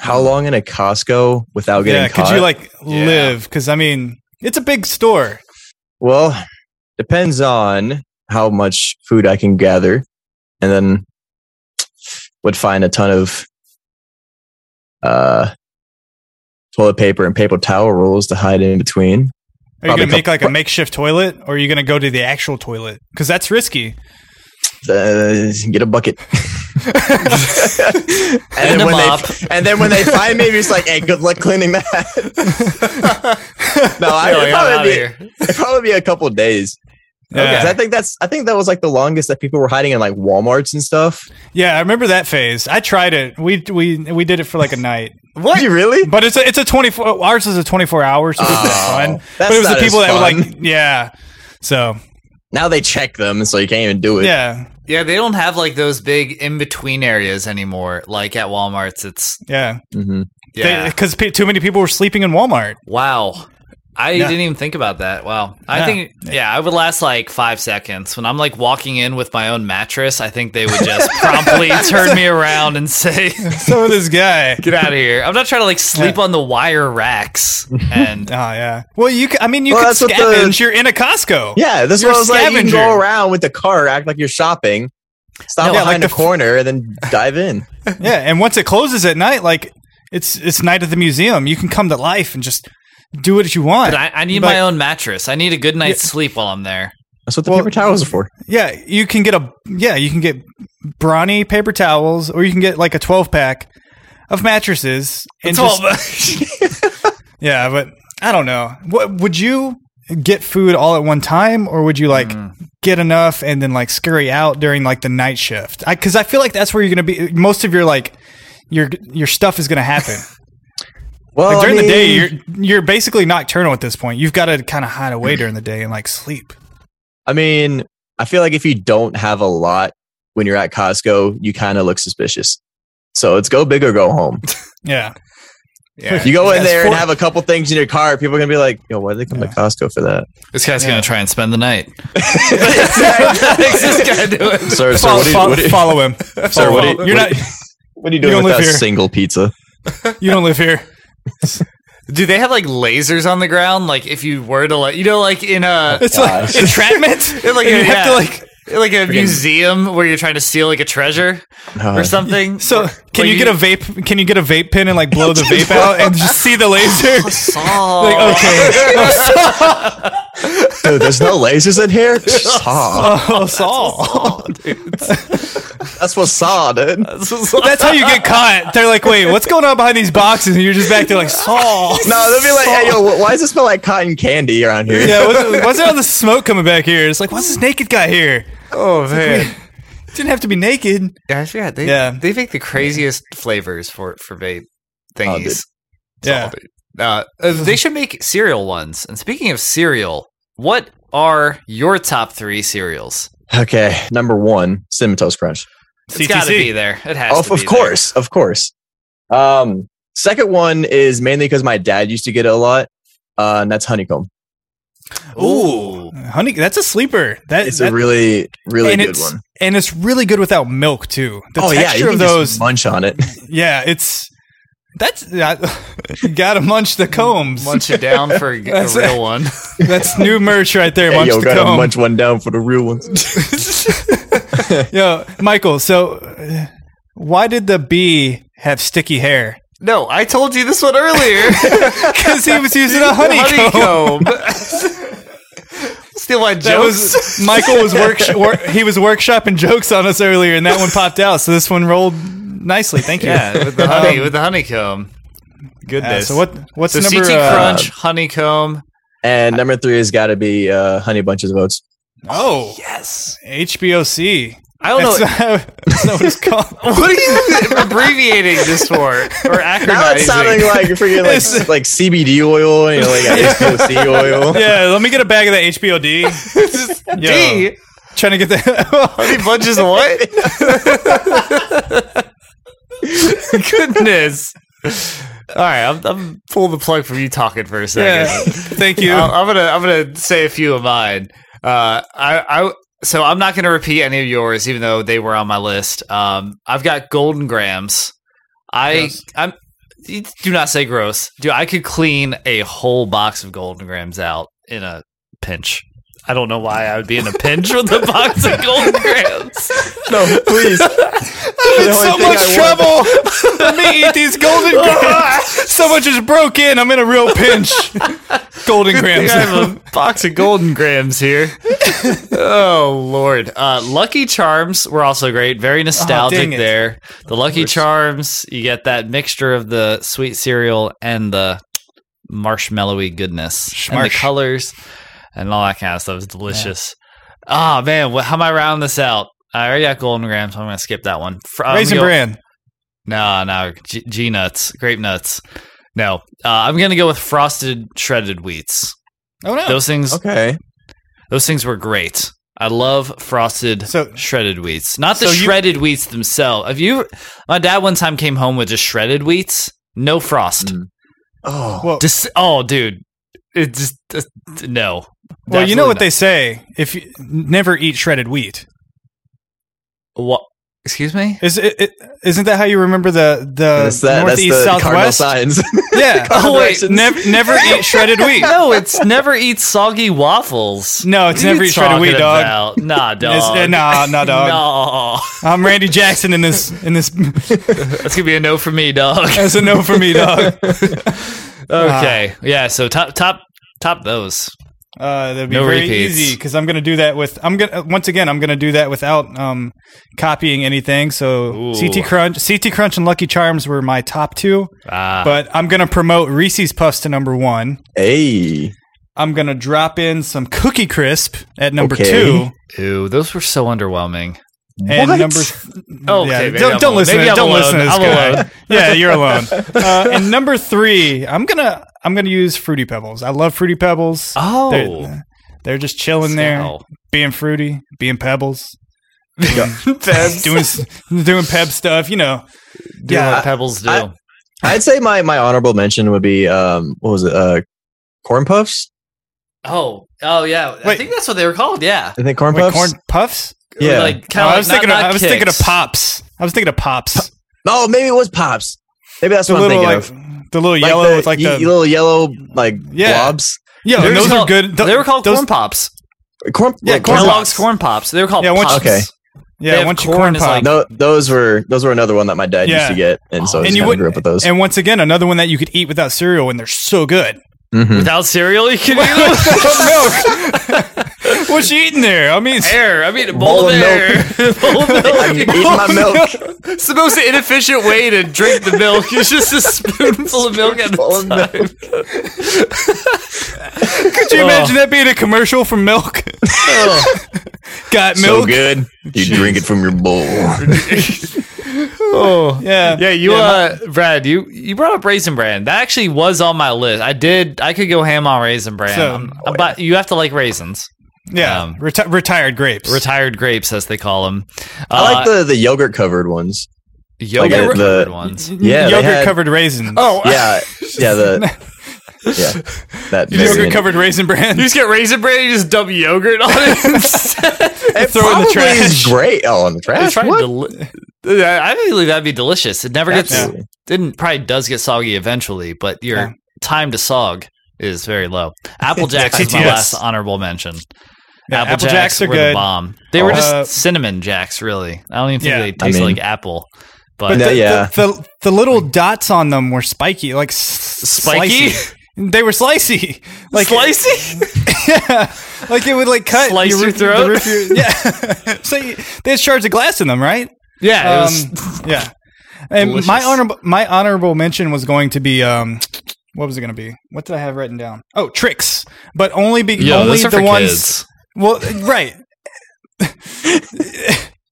How long in a Costco without getting
yeah,
caught?
could you like
Yeah.
live? Because I mean, it's a big store.
Well, depends on how much food I can gather, and then would find a ton of uh, toilet paper and paper towel rolls to hide in between.
Are you
Probably
gonna make like a
couple-
makeshift toilet, or are you gonna go to the actual toilet? Because that's risky.
Uh, get a bucket. and,
a
then when
mop.
they, and then when they find me, it's like, hey, good luck cleaning that. no, I
No,
it'd
you're
probably,
out
be,
here.
it'd probably be a couple days.
Yeah.
'Cause I think that's I think that was like the longest that people were hiding in like WalMarts and stuff.
Yeah, I remember that phase. I tried it. We we we did it for like a night,
What? You really?
but it's a it's a twenty four. Ours is a twenty four hour, so it's not
Oh,
fun.
that's
But it was the
not as
people that were like,
fun.
yeah. So
Now they check them, so you can't even do it.
yeah,
Yeah, they don't have like those big in between areas anymore. Like at Walmart's, it's
yeah,
hmm
yeah.
because pe- too many people were sleeping in Walmart.
wow. I
Yeah.
didn't even think about that. Wow. I
Yeah.
think yeah, I would last like five seconds. When I'm like walking in with my own mattress, I think they would just promptly turn me around and say,
So this guy.
Get out of here. I'm not trying to like sleep
Yeah.
on the wire racks and
Oh yeah. Well, you. c- I mean, you
Well,
could
that's what the-
scavenge. You're in a Costco.
Yeah, this
You're a
was like you can go
scavenger.
around with the car, act like you're shopping, stop
No, yeah,
behind
like the-
a corner, and then dive in.
Yeah, and once it closes at night, like it's it's night at the museum. You can come to life and just do what you want.
But I, I need
But-
my own mattress. I need a good night's sleep while I'm there.
That's what the
Well-
paper towels are for.
Yeah, you can get a yeah, you can get brawny paper towels, or you can get like a twelve pack of mattresses. And just- yeah, but I don't know. What would you get food all at one time, or would you like
Hmm.
get enough and then like scurry out during like the night shift? Because I, feel like that's where you're gonna be. Most of your like your your stuff is gonna happen
Well,
like,
I
during the day.
mean,
You're you're basically nocturnal at this point. You've got to kind of hide
Hmm.
away during the day and like sleep.
I mean, I feel like if you don't have a lot when you're at Costco, you kind of look suspicious. So it's go big or go home.
Yeah,
yeah.
You go in
That's
there and
for-
have a couple things in your car, people are gonna be like, "Yo, why did they come to Costco for that?"
This guy's
Yeah.
gonna try and spend the night. What's this guy doing?
sir, sir,
Follow-
what do you,
fo-
what do you,
follow him.
sir, what do you,
Follow- you're
what-
not.
what are you
you
doing
don't
with
live
that
here.
single pizza?
You don't live here.
Do they have like lasers on the ground? Like if you were to like, you know, like in a
It's
Gosh.
like entrapment.
in, like
And
a,
you have to
yeah, like
like.
a museum where you're trying to steal like a treasure or
Uh,
something.
So
Or-
can
or
you, get a vape? Can you get a vape pen and like blow the vape out and just see the laser?
saw?
Like, okay,
Dude, there's no lasers in here. Saw.
oh, Saul.
That's what saw, dude.
That's how you get caught. They're like, wait, what's going on behind these boxes? And you're just back there like Saul.
No, they'll be like, "Hey, yo, wh- why does it smell like cotton candy around here?"
Yeah, what's, what's all the smoke coming back here? It's like, what's this naked guy here?
oh man,
Didn't have to be naked.
yeah, yeah, they,
Yeah.
they make the craziest flavors for for vape
Oh, dude.
thingies.
Yeah,
Uh, uh, they should make cereal ones. And speaking of cereal, what are your top three cereals?
Okay, number one, cinnamon toast crunch.
It's got to
CTC.
be there. It has.
Of,
to be
of course, of course. Um, second one is mainly because my dad used to get it a lot, uh, and that's honeycomb.
There. Ooh.
honey, that's a sleeper. That,
It's
that-
a really, really
and
good
it's,
one.
and it's really good without milk too. The
oh yeah,
texture
you
of
can
those
just munch on it.
Yeah, it's that's yeah, you gotta munch the combs.
Munch it down for a, a
That's-
real one.
That's new merch right there.
Hey,
munch
yo,
the
gotta
comb.
munch one down for the real ones.
Yo, Michael. So, uh, why did the bee have sticky hair?
No, I told you this one earlier.
Because he was using a honeycomb.
Honeycomb. Steal my
That
jokes.
was Michael was work, wor- he was workshopping jokes on us earlier, and that one popped out. So this one rolled nicely. Thank you.
yeah, with the honey, with the honeycomb.
Uh,
Goodness.
so what? What's
So
number?
CT
uh,
Crunch, honeycomb.
and number three has got to be uh, honey bunches of oats.
oh,
Yes.
HBOC.
I don't
That's
know.
not, that's not what it's called.
Oh, What are you abbreviating this for? Or acronymizing?
Now it's sounding like freaking
It's-
like like CBD oil, you know, like SOC oil.
yeah, let me get a bag of that HBOD.
D.
trying to get the.
Honey bunches of what? Goodness. All right, I'm, I'm pulling the plug from you talking for a second.
yeah. Thank you.
I'm, I'm gonna I'm gonna say a few of mine. Uh, I I so I'm not gonna repeat any of yours, even though they were on my list. Um, I've got golden grams. I
Gross.
I'm you do not say gross, dude. I could clean a whole box of golden grams out in a pinch. I don't know why I would be in a pinch with a box of golden grams.
No, please.
It's
only
so
thing
much
I
trouble for me to eat these golden grams. Someone just broke in. I'm in a real pinch. Golden
I
grams.
have a box of golden grams here. oh lord! Uh, Lucky Charms were also great. Very nostalgic
dang it.
there. The Lucky Charms, you get that mixture of the sweet cereal and the marshmallowy goodness, and the
Schmarsh.
colors, and all that kind of stuff is delicious. Ah man, wh- how am I rounding this out? I already got golden grams. so I'm going to skip that one. Fr- I'm
Raisin
gonna go-
bran.
no, no, G, G nuts, grape nuts. No, uh, I'm going to go with frosted shredded wheats.
Oh no.
Those things,
Okay.
those things were great. I love frosted
So-
shredded wheats, not the
So you-
shredded wheats themselves. Have you? My dad one time came home with just shredded wheats, no frost.
Mm. Oh.
Well,
Just oh, dude, it just uh, no.
well, you know what
Definitely
they say: if you never eat shredded wheat,
not. What? Excuse me.
is it, it? Isn't that how you remember the the
that's that. That's
northeast
the cardinal
southwest?
signs.
Yeah.
Oh, wait,
Directions.
never never eat shredded wheat.
No, it's never eat soggy waffles.
No, it's
What are
never
you
eat shredded wheat,
talking about?
dog.
Nah,
It's-
dog.
uh, nah, nah, dog.
No.
I'm Randy Jackson in this in this
That's gonna be a no for me, dog.
as a no for me, dog.
Okay. Yeah. So top, top, top those.
Uh, that'd be
No
very
repeats.
easy because I'm gonna do that with I'm gonna once again I'm gonna do that without um copying anything. So
Ooh.
CT Crunch, CT Crunch, and Lucky Charms were my top two,
Ah.
but I'm gonna promote Reese's Puffs to number one.
hey.
I'm gonna drop in some Cookie Crisp at number
Okay.
two
Ew, those were so underwhelming.
and
What?
number. Th-
Oh,
yeah,
okay, maybe
don't
I'm
don't
alone.
listen.
Maybe
to-
I'm
don't
alone.
listen to this
I'm
guy.
alone.
yeah, you're alone. Uh, and number three, I'm gonna I'm gonna use Fruity Pebbles. I love Fruity Pebbles.
Oh,
They're, they're just chilling there,
Scowl.
being fruity, being pebbles,
Pebs.
doing s- doing peb stuff. You know,
Do
Yeah,
what pebbles do.
I- I'd say my my honorable mention would be um what was it uh corn puffs?
oh, oh yeah. I
Wait.
think that's what they were called. Yeah.
I think corn
Wait,
puffs.
corn puffs.
yeah.
Like,
No,
kind of
I was thinking.
Not,
of,
not
I was thinking of
kicks.
pops. I was thinking of pops.
oh, maybe it was pops. Maybe that's
The
what I'm
little
thinking
like
of.
the little
Like
yellow
the
with like
ye-
the
little yellow like
Yeah.
blobs.
yeah.
They were
Those
called-
are good. Th-
they were called
those-
corn pops.
Corn,
Yeah,
like,
corn
corn
Kellogg's
pops.
corn pops. They were called
Yeah, once-
pops.
Okay.
they
Yeah,
have
once you
corn
corn
is
pop.
like-
No, those were those were another one that my dad
Yeah.
used to get, and so I
And
just
you
kind of
wouldn't-
grew up with those.
And once again, another one that you could eat without cereal, and they're so good.
Mhm.
Without cereal, you can eat them.
What's you eating there? I mean,
air. I mean, a bowl,
Bowl
of
of
air. bowl of
I'm
milk.
eating my milk.
It's the most inefficient way to drink the milk. It's just a spoonful of milk at a
Spoonful of
time.
milk.
could you imagine that being a commercial for milk? Oh. Got
So
milk.
good, you drink it from your bowl.
Oh.
Yeah.
Yeah, you
my-
uh Brad, you you brought up Raisin Bran. That actually was on my list. I did I could go ham on Raisin Bran.
So-
Um, but you have to like raisins.
yeah.
um,
Reti- retired grapes.
Retired grapes as they call them.
I like the the yogurt covered ones.
yogurt
like the-
covered ones.
Yeah, they
Mm, Yogurt
had-
covered raisins.
Yeah, yeah, the yeah that
Yogurt
variant.
covered raisin bran.
You just get Raisin Bran, you just dump yogurt on it instead.
It
throw in the
probably is
trash.
Great. Oh, in the
They
trash.
tried
What?
deli- I believe that'd be delicious. It never gets
Absolutely.
didn't probably does get soggy eventually, but your
Yeah.
time to sog is very low. Apple Jacks is my
TTS.
last honorable mention.
Yeah,
apple, jacks,
are
were the
good.
bomb. They were
Uh,
just cinnamon jacks, really. I don't even think
Yeah.
they tasted
I mean-
like apple, but,
But
No,
the,
yeah.
the, the the little dots on them were spiky, like s-
Spiky?
slicey. They were slicey, like
slicey.
yeah, like it would like cut
Slice your
roof- the
throat?
roof of your- yeah, so you, they had shards of glass in them, right?
yeah, it
Um,
was
yeah. And
Delicious.
my honorable my honorable mention was going to be um, what was it going to be? What did I have written down? Oh, tricks, but only be
yo,
only
those are
the
for
ones.
kids.
Well, right.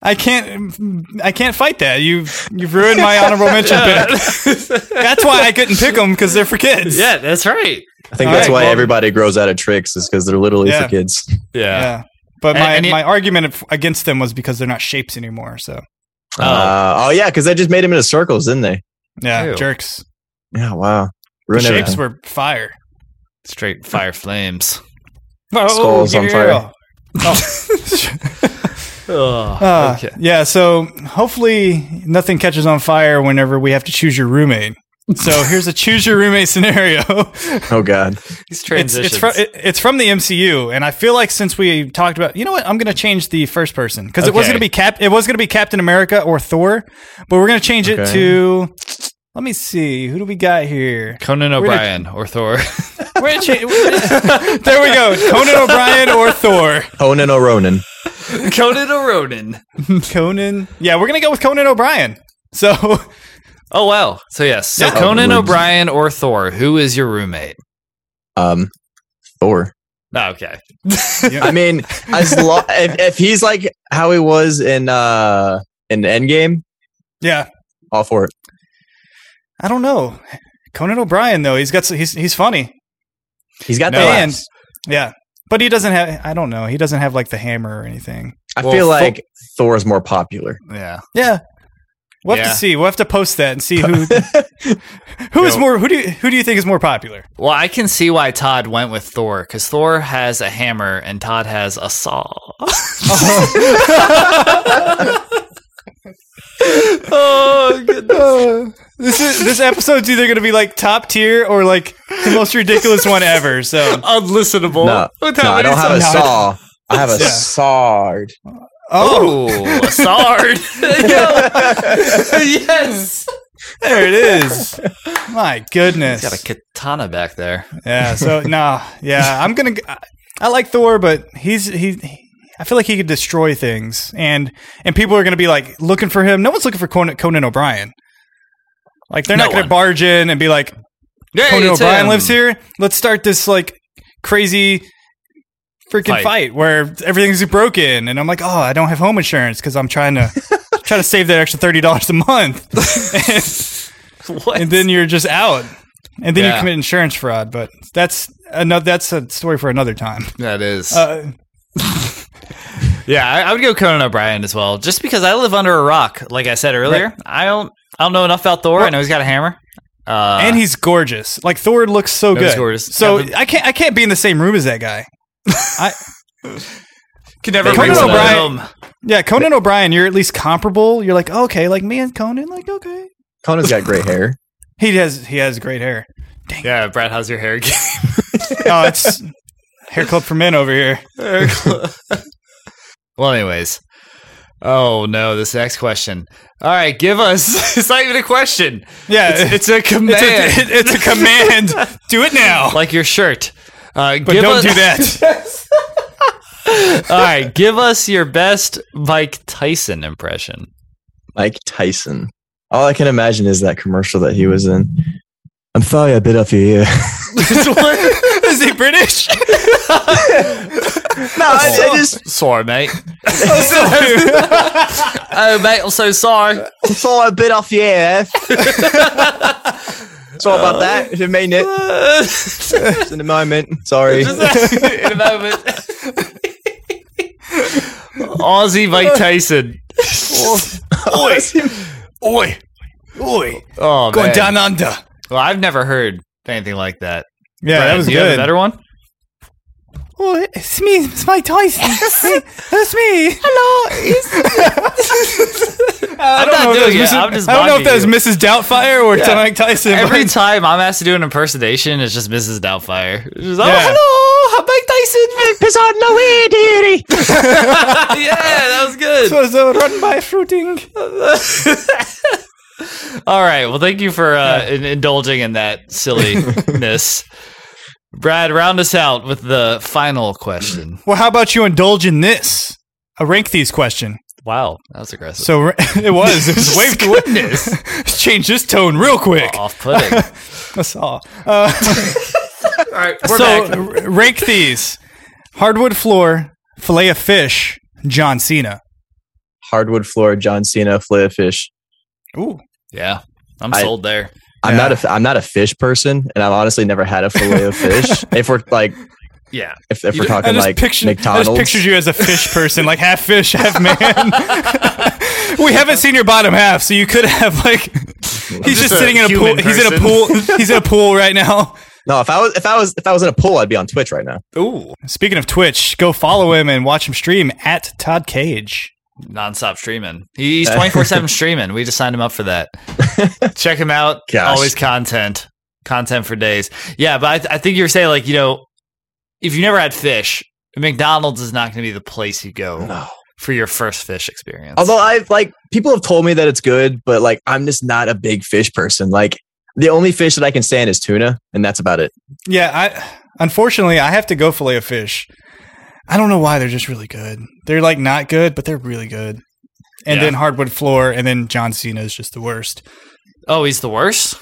I can't. I can't fight that. You've you've ruined my honorable mention pick. That's why I couldn't pick them because they're for kids.
Yeah, that's right.
I think
All
that's
right,
why
well-
everybody grows out of tricks is because they're literally
Yeah.
for kids.
Yeah,
Yeah. But
And-
my,
and it-
my argument af- against them was because they're not shapes anymore. So
Oh.
Uh, oh yeah, because they just made him into circles, didn't they?
yeah,
Ew.
jerks.
Yeah, wow.
The
Ruined
shapes
everything.
were fire.
Straight fire flames. Oh,
Skulls on fire.
yeah. Oh.
Ugh,
Uh,
okay.
Yeah, so hopefully nothing catches on fire whenever we have to choose your roommate. So here's a choose your roommate scenario.
Oh god.
These
it's,
transitions.
it's, from, it- it's from the MCU, and I feel like since we talked about, you know what, I'm going to change the first person because it was
Okay.
going to be Cap, it was going to be Captain America or Thor, but we're going to change it
Okay.
to. Let me see, who do we got here?
Conan
gonna-
O'Brien or Thor.
We're gonna cha- we're gonna- there we go, Conan O'Brien or Thor.
Honan or Ronan.
Conan O'Ronan.
Conan, yeah, we're going to go with Conan O'Brien. So
Oh wow. So yes. So
Yeah.
Conan
Outrageous.
O'Brien or Thor. Who is your roommate?
Um Thor.
Oh, okay.
I mean, as lo- if, if he's like how he was in uh in Endgame,
yeah,
all for it.
I don't know. Conan O'Brien though, he's got s- he's he's funny.
He's got
No.
the laughs.
Yeah. But he doesn't have I don't know. He doesn't have like the hammer or anything.
I
Well,
feel
Thor-
like Thor is more popular.
Yeah.
Yeah. We'll have
Yeah.
to see. We'll have to post that and see who who is
Yo.
more who do you, who do you think is more popular?
Well, I can see why Todd went with Thor because Thor has a hammer and Todd has a saw. oh goodness.
this is this episode's either going to be like top tier or like the most ridiculous one ever. So
Unlistenable.
No,
What
no, I
happened?
don't have a
somehow-
saw. I have a
Yeah.
sword.
Oh, a sword. yes.
there it is. My goodness.
Got a katana back there.
Yeah. So nah. Yeah, I'm gonna. I, I like Thor, but he's he. I feel like he could destroy things, and and people are gonna be like looking for him. No one's looking for Conan, Conan O'Brien. Like they're
No
not gonna
one.
barge in and be like
Hey,
Conan
it's
O'Brien
him.
lives here. Let's start this like crazy freaking
Fight.
fight. where everything's broken, and I'm like, oh, I don't have home insurance because I'm trying to. trying to save that extra thirty dollars a month, and,
What?
and then you're just out, and then
Yeah.
you commit insurance fraud. But that's another. That's a story for another time.
that is.
Uh,
yeah, I, I would go Conan O'Brien as well, just because I live under a rock. Like I said earlier, I don't. I don't know enough about Thor. I know he's got a hammer. Uh,
and he's gorgeous. Like Thor looks so
That is
good.
gorgeous.
So
Yeah, but-
I can't. I can't be in the same room as that guy. I,
can never
They
reach
Conan
that
O'Brien-
home.
yeah, Conan O'Brien. You're at least comparable. You're like okay, like me and Conan. Like okay,
Conan's got gray hair.
he has he has great hair.
Yeah, Brad, how's your hair? again?
Oh, it's hair club for men over here.
well, anyways. Oh no, this next question. All right, give us. It's not even a question.
Yeah,
It's, it's a command.
it's a, it's a command. Do it now.
like your shirt. Uh,
But don't do that.
All right, give us your best Mike Tyson impression.
Mike Tyson. All I can imagine is that commercial that he was in. I'm sorry I bit off your ear.
Is he British?
no, I,
Oh.
I just
sorry, mate. oh, mate, I'm so sorry.
I'm sorry I bit off your ear. Sorry about that. If it made it just in the moment. Sorry.
in a moment. Aussie Mike Tyson.
Oi, oi, oi!
Oh, man.
under.
Well, I've never heard anything like that.
Yeah,
Brad,
that was
do you Have a
good.
better one?
Oh, it's me. It's Mike Tyson. That's me. That's me. Hello. I
I'm not
know if
doing it.
that was Mrs.
I'm just
I don't know if that was
mocking
Mrs. Doubtfire or Mike Tyson.
Every
but-
time I'm asked to do an impersonation, it's just Mrs. Doubtfire. It's just,
Yeah.
Oh, hello, Mike Tyson.
Piss on my way, dearie.
yeah, that was good.
was uh, run by fruiting.
All right. Well, thank you for uh, in- indulging in that silliness. Brad, round us out with the final question.
Well, how about you indulge in this? A rank these question.
Wow, that was aggressive.
So ra- it was. It was way goodness. Change this tone real quick.
Off-putting. All
That's all. Uh,
right,
so r- rank these: hardwood floor, fillet of fish, John Cena.
Hardwood floor, John Cena, fillet of fish.
Ooh.
Yeah, I'm
I-
sold there.
I'm
Yeah.
not a f- I'm not a fish person, and I've honestly never had a fillet of fish. if we're like
Yeah.
If, if
You
we're
just-
talking
I just
like
picture, I
McDonald's,
just pictured you as a fish person, like half fish, half man. we haven't seen your bottom half, so you could have like. He's
just
just,
a
sitting in a pool.
human
He's in a
person.
pool. He's in a pool right now.
no, if I was if I was if I was in a pool, I'd be on Twitch right now.
Ooh. Speaking of Twitch, go follow him and watch him stream at Todd Cage.
nonstop streaming. He's
Uh,
24 7 streaming. We just signed him up for that. Check him out.
Gosh.
Always content, content for days. Yeah, but I, th- I think you were saying, like, you know, if you never had fish, McDonald's is not going to be the place you go
No.
for your first fish experience.
Although I've like people have told me that it's good, but like I'm just not a big fish person. Like the only fish that I can stand is tuna, and that's about it.
Yeah, I unfortunately I have to go fillet a fish. I don't know why they're just really good. They're like not good, but they're really good. And
Yeah.
then hardwood floor, and then John Cena is just the worst.
oh, he's the worst?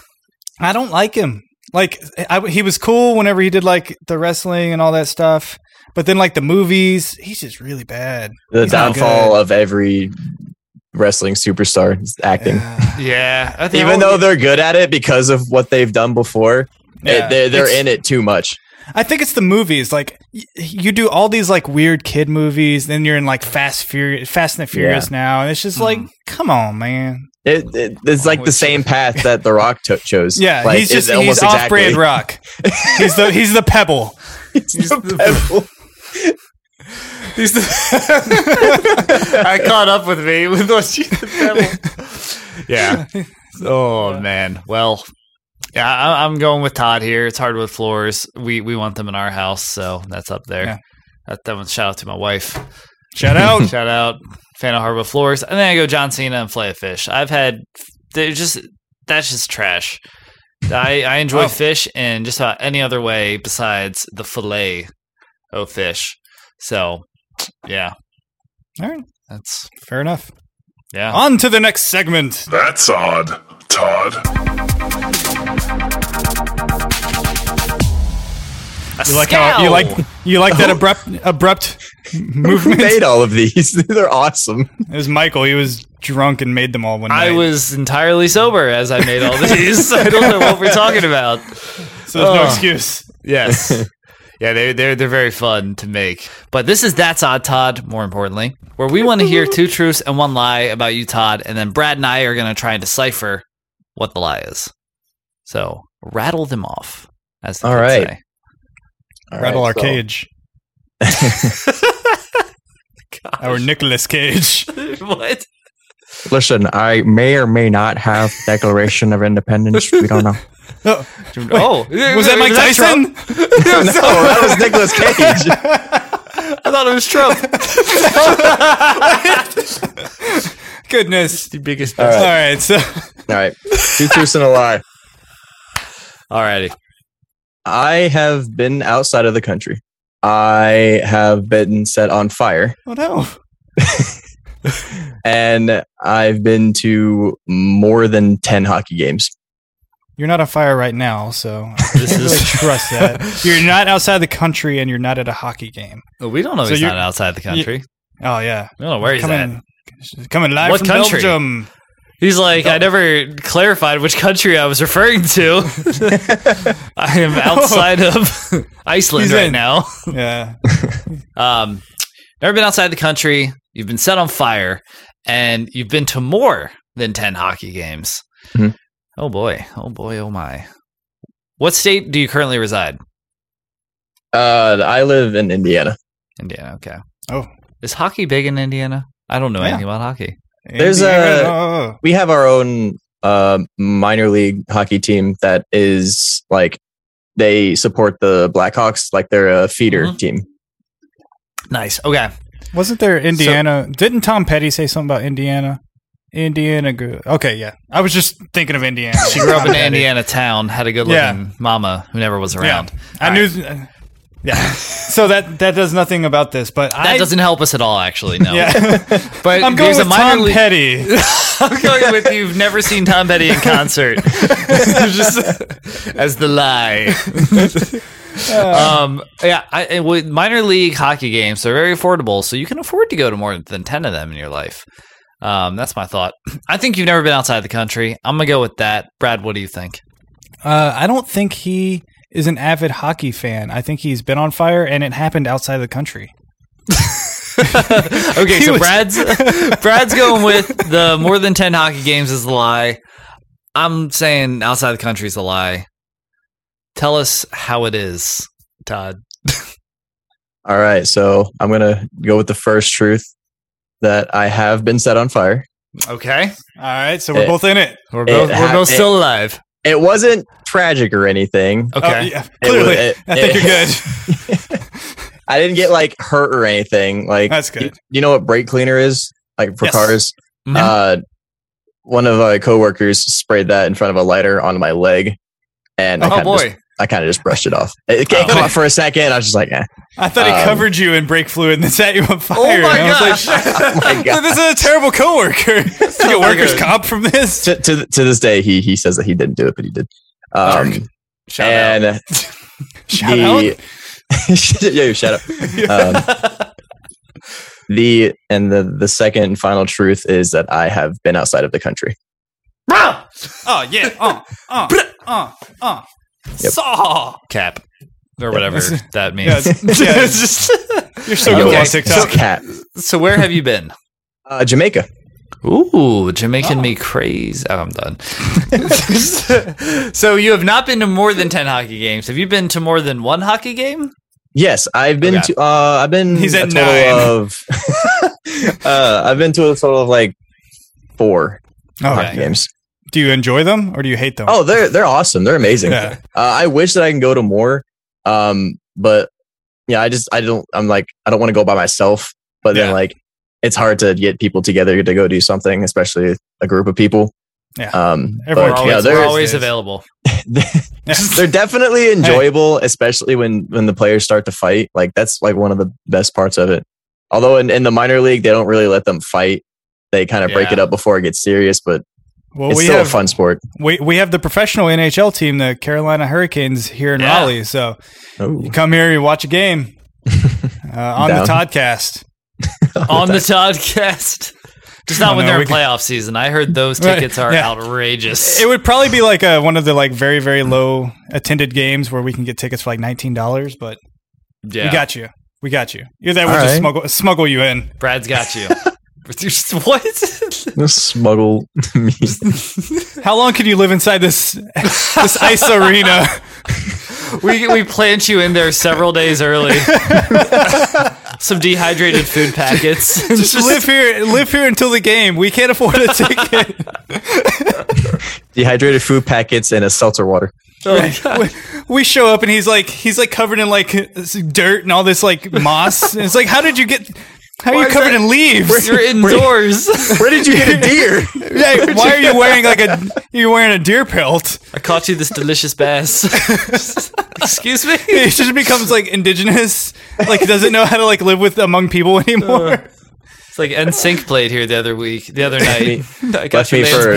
I don't like him. Like I, he was cool whenever he did like the wrestling and all that stuff, but then like the movies, he's just really bad.
The
He's not
downfall
good.
of every wrestling superstar is acting.
Yeah.
Yeah. I think
Even though they're good at it because of what they've done before,
Yeah.
it, they're, they're
It's-
in it too much.
I think it's the movies. Like y- you do all these like weird kid movies, then you're in like Fast Furious, Fast and the Furious now, and it's just like, come on, man.
It, it, it's like the
Which-
same path that The Rock to- chose.
Yeah,
Like,
he's
it's
just he's off-brand rock. He's the he's the pebble.
He's the pebble.
He's the
I caught up with me with what you Yeah. Oh man. Well, yeah, I, I'm going with Todd here. It's hardwood floors. We we want them in our house, so that's up there.
Yeah.
That, that one. Shout out to my wife.
shout out.
Shout out fan of hardwood floors. And then I go John Cena and fillet of fish. I've had they're just that's just trash. I I enjoy
Oh.
fish in just about any other way besides the fillet of fish. So yeah,
All right,
that's
fair enough.
yeah.
On to the next segment.
That's odd, Todd.
You like how you
Scowl.
like you like that abrupt abrupt
Who
movement.
made all of these? They're awesome.
It was Michael. He was drunk and made them all one night.
I was entirely sober as I made all these. I don't know what we're talking about.
so there's no
Ugh.
excuse.
Yes. Yeah, they, they're they're very fun to make. But this is That's Odd Todd, more importantly, where we want to hear two truths and one lie about you, Todd, and then Brad and I are gonna try and decipher what the lie is. So rattle them off, as the
All
kids
right.
say.
All
Rattle
right,
our
so-
cage. Our Nicolas Cage.
what?
Listen, I may or may not have Declaration of Independence. We don't know.
Oh,
oh,
was that Mike Tyson?
no, Oh, that was Nicolas Cage.
I thought it was Trump.
Goodness.
the biggest.
All
All
right.
right, so
All right, two truths and a lie.
Alrighty.
I have been outside of the country. I have been set on fire,
oh no.
and I've been to more than ten hockey games.
You're not on fire right now, so I
This
can't really
is
trust that. You're not outside the country and you're not at a hockey game.
we don't know
So
he's
you're-
not outside the country.
Oh yeah.
we don't know where he's at.
coming coming live
What
from
country?
Belgium.
He's like, I never clarified which country I was referring to. I am outside of Iceland
He's
right
in.
now.
Yeah.
Um, never been outside the country. You've been set on fire, and you've been to more than ten hockey games.
Mm-hmm.
Mhm.
Oh boy! Oh boy! Oh my! What state do you currently reside?
Uh, I live in Indiana.
Indiana. Okay.
Oh.
is hockey big in Indiana? I don't know
Yeah.
anything about hockey.
There's a-
Indiana- oh, oh.
we have our own uh, minor league hockey team that is like they support the Blackhawks, like they're a feeder
Mm-hmm.
Mhm.
team.
Nice. Okay.
Wasn't there Indiana? didn't Tom Petty say something about Indiana? Indiana. go- Okay, yeah. I was just thinking of Indiana.
She grew up in
Tom Petty.
Indiana town, had a good looking mama who never was around.
I knew. yeah. So that that does nothing about this, but
That
I
doesn't help us at all, actually. No,
Yeah.
but
I'm going
there's
with
a minor
Tom
league-
Petty.
I'm going with you've never seen Tom Petty in concert, Just as the lie. um, yeah, I, and with minor league hockey games, they're very affordable, so you can afford to go to more than ten of them in your life. Um, that's my thought. I think you've never been outside the country. I'm gonna go with that. Brad, what do you think?
Uh, I don't think he is an avid hockey fan. I think he's been on fire, and it happened outside of the country.
okay,
He
so
was-
Brad's Brad's going with the more than ten hockey games is a lie. I'm saying outside the country is a lie. Tell us how it is, Todd.
All right, so I'm gonna go with the first truth that I have been set on fire.
Okay,
All right, so we're
Eh.
both in it.
we're both,
It
we're both
hap-
still alive.
It wasn't tragic or anything.
Oh,
Okay,
yeah,
It was- eh,
clearly,
it-
I think you're
it-
good.
I didn't get like hurt or anything. Like
That's good.
You, you know what brake cleaner is like for
Yes.
cars.
Mhm.
Uh, one of my coworkers sprayed that in front of a lighter on my leg, and I
oh
kinda
boy,
just, I kind of just brushed it off. It, it
Oh.
caught for a second. I was just like, eh.
I thought
Um,
it covered you in brake fluid and then set you on fire.
Oh my
And I was
gosh.
Oh my gosh.
This is a terrible coworker. Did you get workers comp from this?
To, to to this day, he he says that he didn't do it, but he did. Um,
shout out.
and
Shout
the
out.
yeah, shut up. Um, the and the the second and final truth is that I have been outside of the country.
Oh yeah. Uh, uh, uh, uh.
Yep.
Saw.
cap or whatever that means.
Yeah, it's- yeah, it's
Just-
You're so
Okay.
cool on
So-
TikTok.
Cat.
so where have you been?
Uh, Jamaica.
Ooh, Jamaican me crazy. Oh, I'm done. so you have not been to more than ten hockey games. Have you been to more than one hockey game?
Yes, I've been
Okay.
to. Uh, I've been.
He's
a
at
total
nine.
of. uh, I've been to a total of like four hockey
Oh,
games.
do you enjoy them or do you hate them?
Oh, they're they're awesome. They're amazing.
yeah.
Uh, I wish that I can go to more, um, but yeah, I just I don't. I'm like I don't want to go by myself. But
Yeah.
then like it's hard to get people together to go do something, especially a group of people.
Yeah.
Um,
Everyone
We're
but,
can-
always,
yeah,
we're
they're,
always
is.
available.
they're definitely enjoyable, especially when when the players start to fight. Like that's like one of the best parts of it. Although in, in the minor league, they don't really let them fight. They kind of break
Yeah.
it up before it gets serious, but
Well,
it's
we
still
have
a fun sport.
we we have the professional NHL team, the Carolina Hurricanes, here in
Yeah.
Raleigh. So
Ooh.
you come here, you watch a game uh, on the
Down.
Toddcast.
On the Toddcast. Just
Oh,
not when
no,
they're
we
in
can-
playoff season. I heard those
Right,
tickets are
yeah.
outrageous.
It would probably be like uh one of the like very very low attended games where we can get tickets for like nineteen dollars, but
yeah.
we got you. We got you. You're there. We'll
All
just
right.
smuggle smuggle you in.
Brad's got you. what?
smuggle me.
How long can you live inside this this ice arena?
we we plant you in there several days early. Some dehydrated food packets. Oh,
Just live here. Live here until the game. We can't afford a ticket.
Dehydrated food packets and a seltzer water.
we, we show up and he's like he's like covered in like s- dirt and all this like moss. And it's like, how did you get? How are
Why
you
is
covered
that-
in leaves?
You're indoors.
Where did you get a deer?
Yeah, why are you wearing like a you're wearing a deer pelt?
I caught you this delicious bass. Excuse me.
It just becomes like indigenous, like doesn't know how to like live with among people anymore.
It's like NSYNC played here the other week, the other night. I got
left
your
me
man's
for-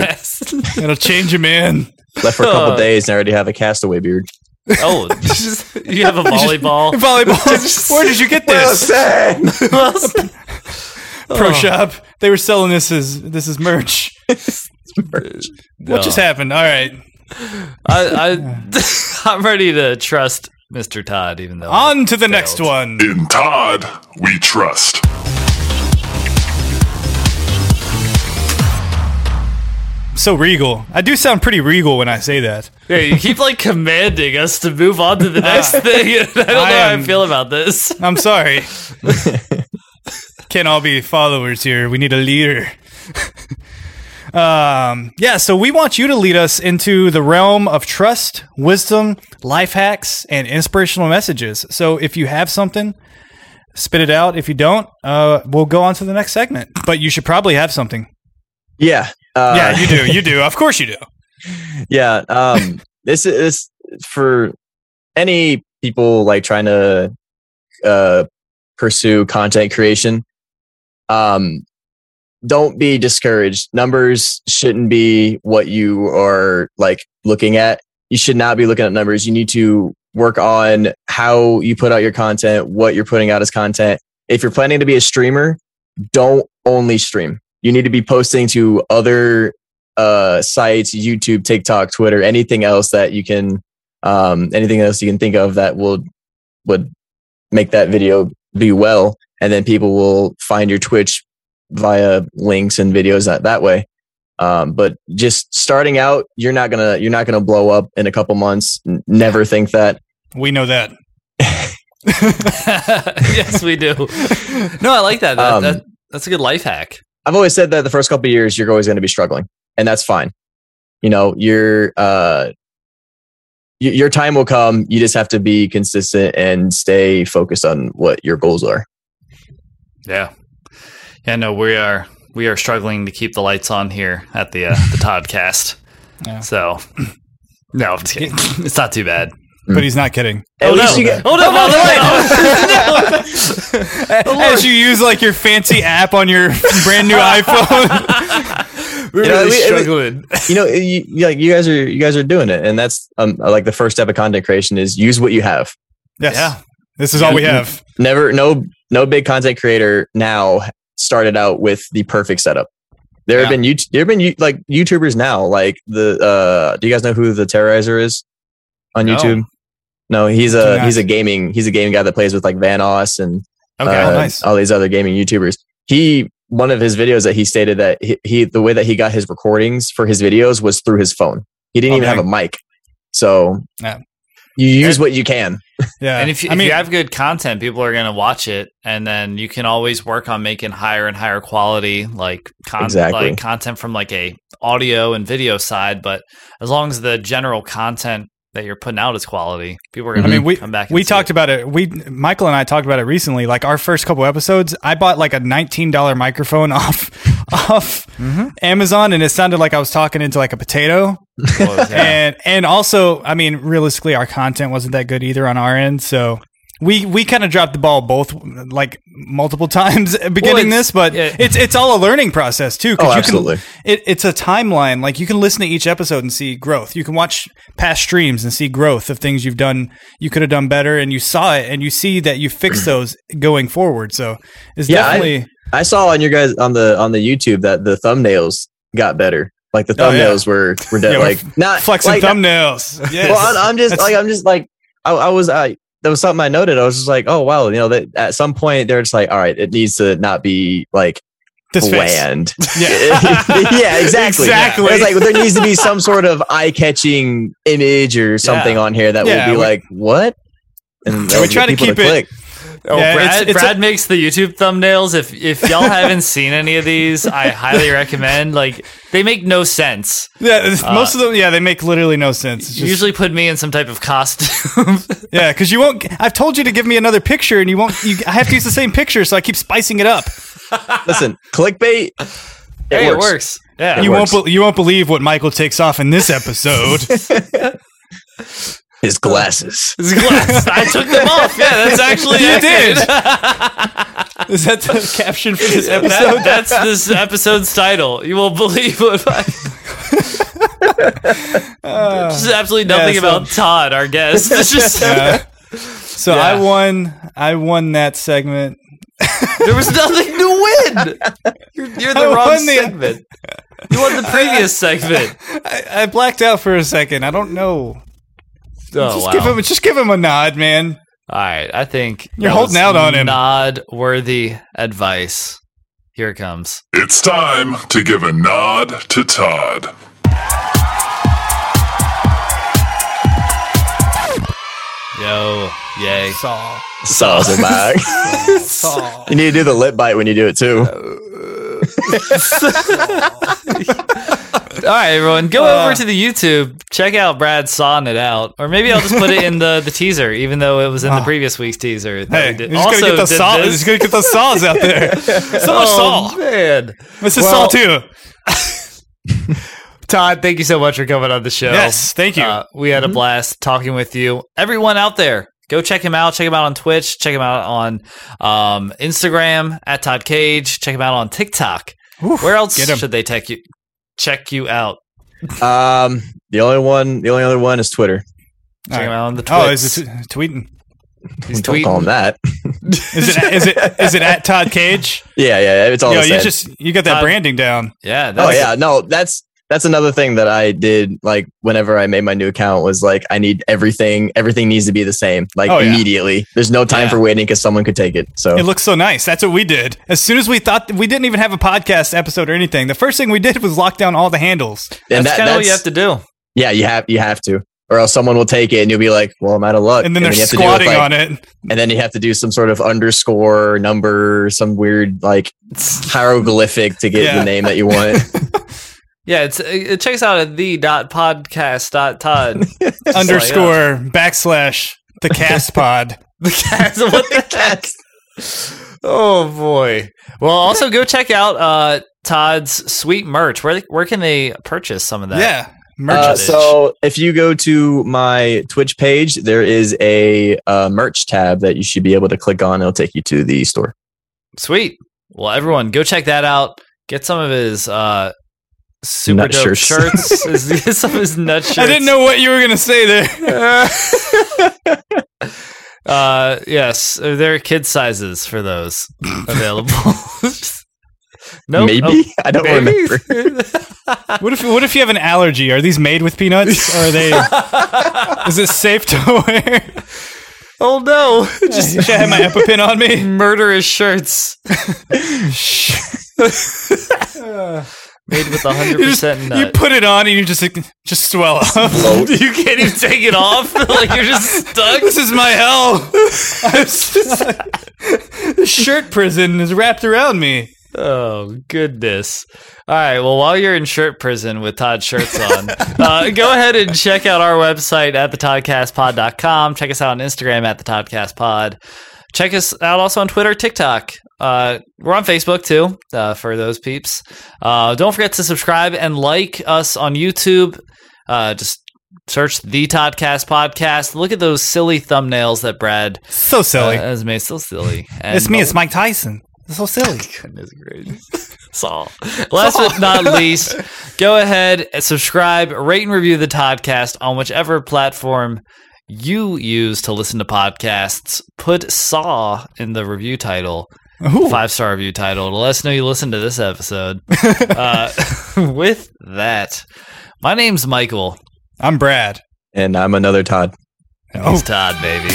bass.
It'll change him in.
Left for a couple
Oh.
days and I already have a castaway beard.
Oh, you have a volleyball.
Volleyball. Where did you get this? Pro shop. They were selling this as this is merch. What just happened? All right.
I, I, I'm ready to trust Mr. Todd, even though
On to the next one.
In Todd, we trust.
So regal. I do sound pretty regal when I say that.
Yeah, you keep like commanding us to move on to the next thing. and I don't know
I
how I
am-
feel about this.
I'm sorry. Can't all be followers here. We need a leader. um, yeah, so we want you to lead us into the realm of trust, wisdom, life hacks, and inspirational messages. So if you have something, spit it out. If you don't, uh, we'll go on to the next segment. But you should probably have something.
Yeah. Uh,
yeah, you do. You do. Of course you do.
yeah um this is for any people like trying to uh pursue content creation um don't be discouraged numbers shouldn't be what you are like looking at you should not be looking at numbers you need to work on how you put out your content what you're putting out as content if you're planning to be a streamer don't only stream you need to be posting to other uh, sites, YouTube, TikTok, Twitter, anything else that you can um, anything else you can think of that would would make that video do well, and then people will find your Twitch via links and videos that that way. Um, but just starting out, you're not gonna you're not gonna blow up in a couple months. N- never think that.
We know that.
yes, we do. No, I like that. That,
Um,
that. That's a good life hack.
I've always said that the first couple of years you're always going to be struggling, and that's fine. You know, your uh, y- your time will come. You just have to be consistent and stay focused on what your goals are.
Yeah. Yeah, no, we are we are struggling to keep the lights on here at the uh, the Toddcast.
Yeah.
So no, I'm just kidding. it's not too bad.
But he's not kidding.
At
oh,
least
no.
you get-
oh no! no, no, no.
As you use like your fancy app on your brand new iPhone.
We're
You know,
really
we-
struggling.
you know, you, you- like you guys are you guys are doing it, and that's um, like the first step of content creation is use what you have.
yes.
Yeah.
This is all we have.
Never, no, no big content creator now started out with the perfect setup. There have
Yeah.
been you, there have been you- like YouTubers now, like the uh, do you guys know who the Terrorizer is on
No.
YouTube? No, he's
Do
a
not.
he's a gaming he's a game guy that plays with like Vanoss and
Okay.
Uh,
uh,
nice.
all these other gaming YouTubers. He one of his videos that he stated that he, he the way that he got his recordings for his videos was through his phone. He didn't
Oh,
even
dang.
have a mic, so
Yeah.
you use what you can.
Yeah.
and if you,
I mean,
if you have good content, people are going to watch it, and then you can always work on making higher and higher quality, like, con-
Exactly.
like content from like a audio and video side. But as long as the general content that you're putting out is quality, people are going
I
Mm-hmm.
to
mean, we-
come back. And
we
see
talked
it.
about it. We Michael and I talked about it recently. Like our first couple episodes, I bought like a nineteen dollar microphone off off
Mm-hmm.
Amazon, and it sounded like I was talking into like a potato.
Yeah.
And and also, I mean, realistically, our content wasn't that good either on our end. So we we kind of dropped the ball both like multiple times beginning
it's-
this, but
yeah.
it's it's all a learning process too. 'cause
Oh,
you can-
absolutely.
it, it's a timeline. Like you can listen to each episode and see growth. You can watch past streams and see growth of things you've done. You could have done better, and you saw it, and you see that you fixed those going forward. So it's
Yeah, I-
definitely
I saw on your guys on the on the YouTube that the thumbnails got better. Like the
Oh, yeah.
thumbnails were were de-
Yeah, we're
like not
flexing
like,
thumbnails. Yes.
Well, I, I'm just
That's-
like I'm just like I, I was I that was something I noted. I was just like, oh wow, you know that at some point they're just like, all right, it needs to not be like
This face.
bland.
Yeah.
yeah, exactly.
Exactly.
It's like there needs to be some sort of eye-catching image or something on here that
Yeah,
will be
we-
like, what? And that'll
try to
get people
keep it-
click.
Oh,
Yeah,
Brad,
it's- it's
Brad makes the YouTube thumbnails. If if y'all haven't seen any of these, I highly recommend. Like they make no sense.
Yeah,
Uh,
most of them. Yeah, they make literally no sense. It's just,
Usually put me in some type of costume.
yeah, because you won't. I've told you to give me another picture, and you won't. You, I have to use the same picture, so I keep spicing it up.
Listen, clickbait. It
hey,
works.
it works. Yeah.
you
works.
won't. Be, you won't believe what Michael takes off in this episode.
His glasses.
It's glass. I took them off. Yeah, that's actually
You
accurate.
did. Is that the caption for this episode?
That- that's this episode's title. You won't believe what I. Just absolutely nothing
yeah, so-
about Todd, our guest. It's just
Yeah. So
Yeah.
I won. I won that segment.
there was nothing to win. You're, you're the
I
wrong
won the-
segment. You won the previous segment.
I, I blacked out for a second. I don't know.
Oh
Just
wow!
give him. Just give him a nod, man.
All right, I think
You're
that
holding
was
out on him.
Nod-worthy advice. Here it comes.
It's time to give a nod to Todd.
Yo, yay!
Saul.
Saws are back.
Saul.
you need to do the lip bite when you do it too.
All right, everyone, go
Uh,
over to the YouTube, check out Brad sawing it out, or maybe I'll just put it in the, the teaser, even though it was in the
Oh.
previous week's teaser. that we
Hey,
did.
he's gonna get the
did
saw.
this-
He's gonna get the saws out there. So much
oh
Saul.
man,
This is Saul
Well-
too.
Todd, thank you so much for coming on the show.
Yes, thank you.
Uh, we
Mm-hmm.
had a blast talking with you. Everyone out there, go check him out. Check him out on Twitch. Check him out on um, Instagram at Todd Cage. Check him out on TikTok.
Oof,
Where else
get him.
should they take you? Check you out.
Um, the only one, the only other one is Twitter.
Check him out on the Twitch.
Oh, is it t- tweeting?
He's
Don't call him that.
Is it? Is it? Is it at Todd Cage?
Yeah, yeah, it's all
Yo,
the
you
same.
just you got that
Todd-
branding down.
Yeah.
oh yeah, no, that's that's another thing that I did like whenever I made my new account was like I need everything everything needs to be the same like
Oh, yeah.
immediately. There's no time
Yeah.
for waiting cuz someone could take it. So
It looks so nice. That's what we did. As soon as we thought we didn't even have a podcast episode or anything, the first thing we did was lock down all the handles.
and
that's
that,
kind of what
that's
you have to do.
yeah, you have you have to or else someone will take it and you'll be like, "Well, I'm out of luck."
And then they're
you have to do it with,
squatting
like-
on it.
and then you have to do some sort of underscore number, some weird like hieroglyphic to get
Yeah.
the name that you want.
Yeah, it's it checks out at the dot podcast dot Todd
Uh,
underscore backslash the cast pod.
the cast. What the heck? Oh boy! Well, also go check out uh, Todd's sweet merch. Where where can they purchase some of that?
Yeah.
Uh,
Merchandise.
so if you go to my Twitch page, there is a uh, merch tab that you should be able to click on. It'll take you to the store.
Sweet. Well, everyone, go check that out. Get some of his uh, super
Nut
dope
shirts.
shirts. Get some of his nut shirts.
I didn't know what you were gonna say there.
Uh, yes, there are kid sizes for those available. no,
maybe I don't remember.
what if what if you have an allergy? Are these made with peanuts? Or are they is it safe to wear?
oh no! Just
Should I have my EpiPen on me?
Mm, murderous shirts made with hundred
You, just,
percent
you
nut.
put it on and you just just swell up.
You, can't even take it off. like you're just stuck.
this is my hell. I'm just- the shirt prison is wrapped around me.
Oh goodness! All right. Well, while you're in shirt prison with Todd shirts on, uh, go ahead and check out our website at thetodcastpod.com. Check us out on Instagram at thetodcastpod. Check us out also on Twitter, TikTok. Uh, we're on Facebook too uh, for those peeps. Uh, don't forget to subscribe and like us on YouTube. Uh, just search the Toddcast podcast. Look at those silly thumbnails that Brad
So
uh,
silly.
has made. So silly. And
it's me. It's Mike Tyson. It's so silly.
Goodness gracious. Saul. Last but not least, go ahead and subscribe, rate, and review the Toddcast on whichever platform you use to listen to podcasts. Put Saw in the review title,
Ooh.
five star review title, to let us know you listened to this episode. uh, with that, my name's Michael.
I'm Brad.
And I'm another Todd.
And he's Todd, baby.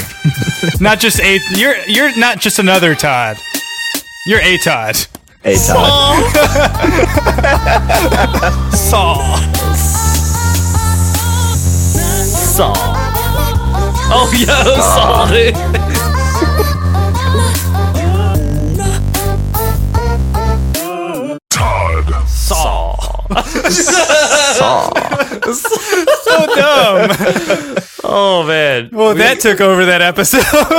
Not just a. You're you're not just another Todd. You're a Todd.
Hey Todd.
Saul.
Saw. Oh, yo, Saw, dude.
Todd.
Saw.
So dumb.
Oh, man.
Well, that took over that episode.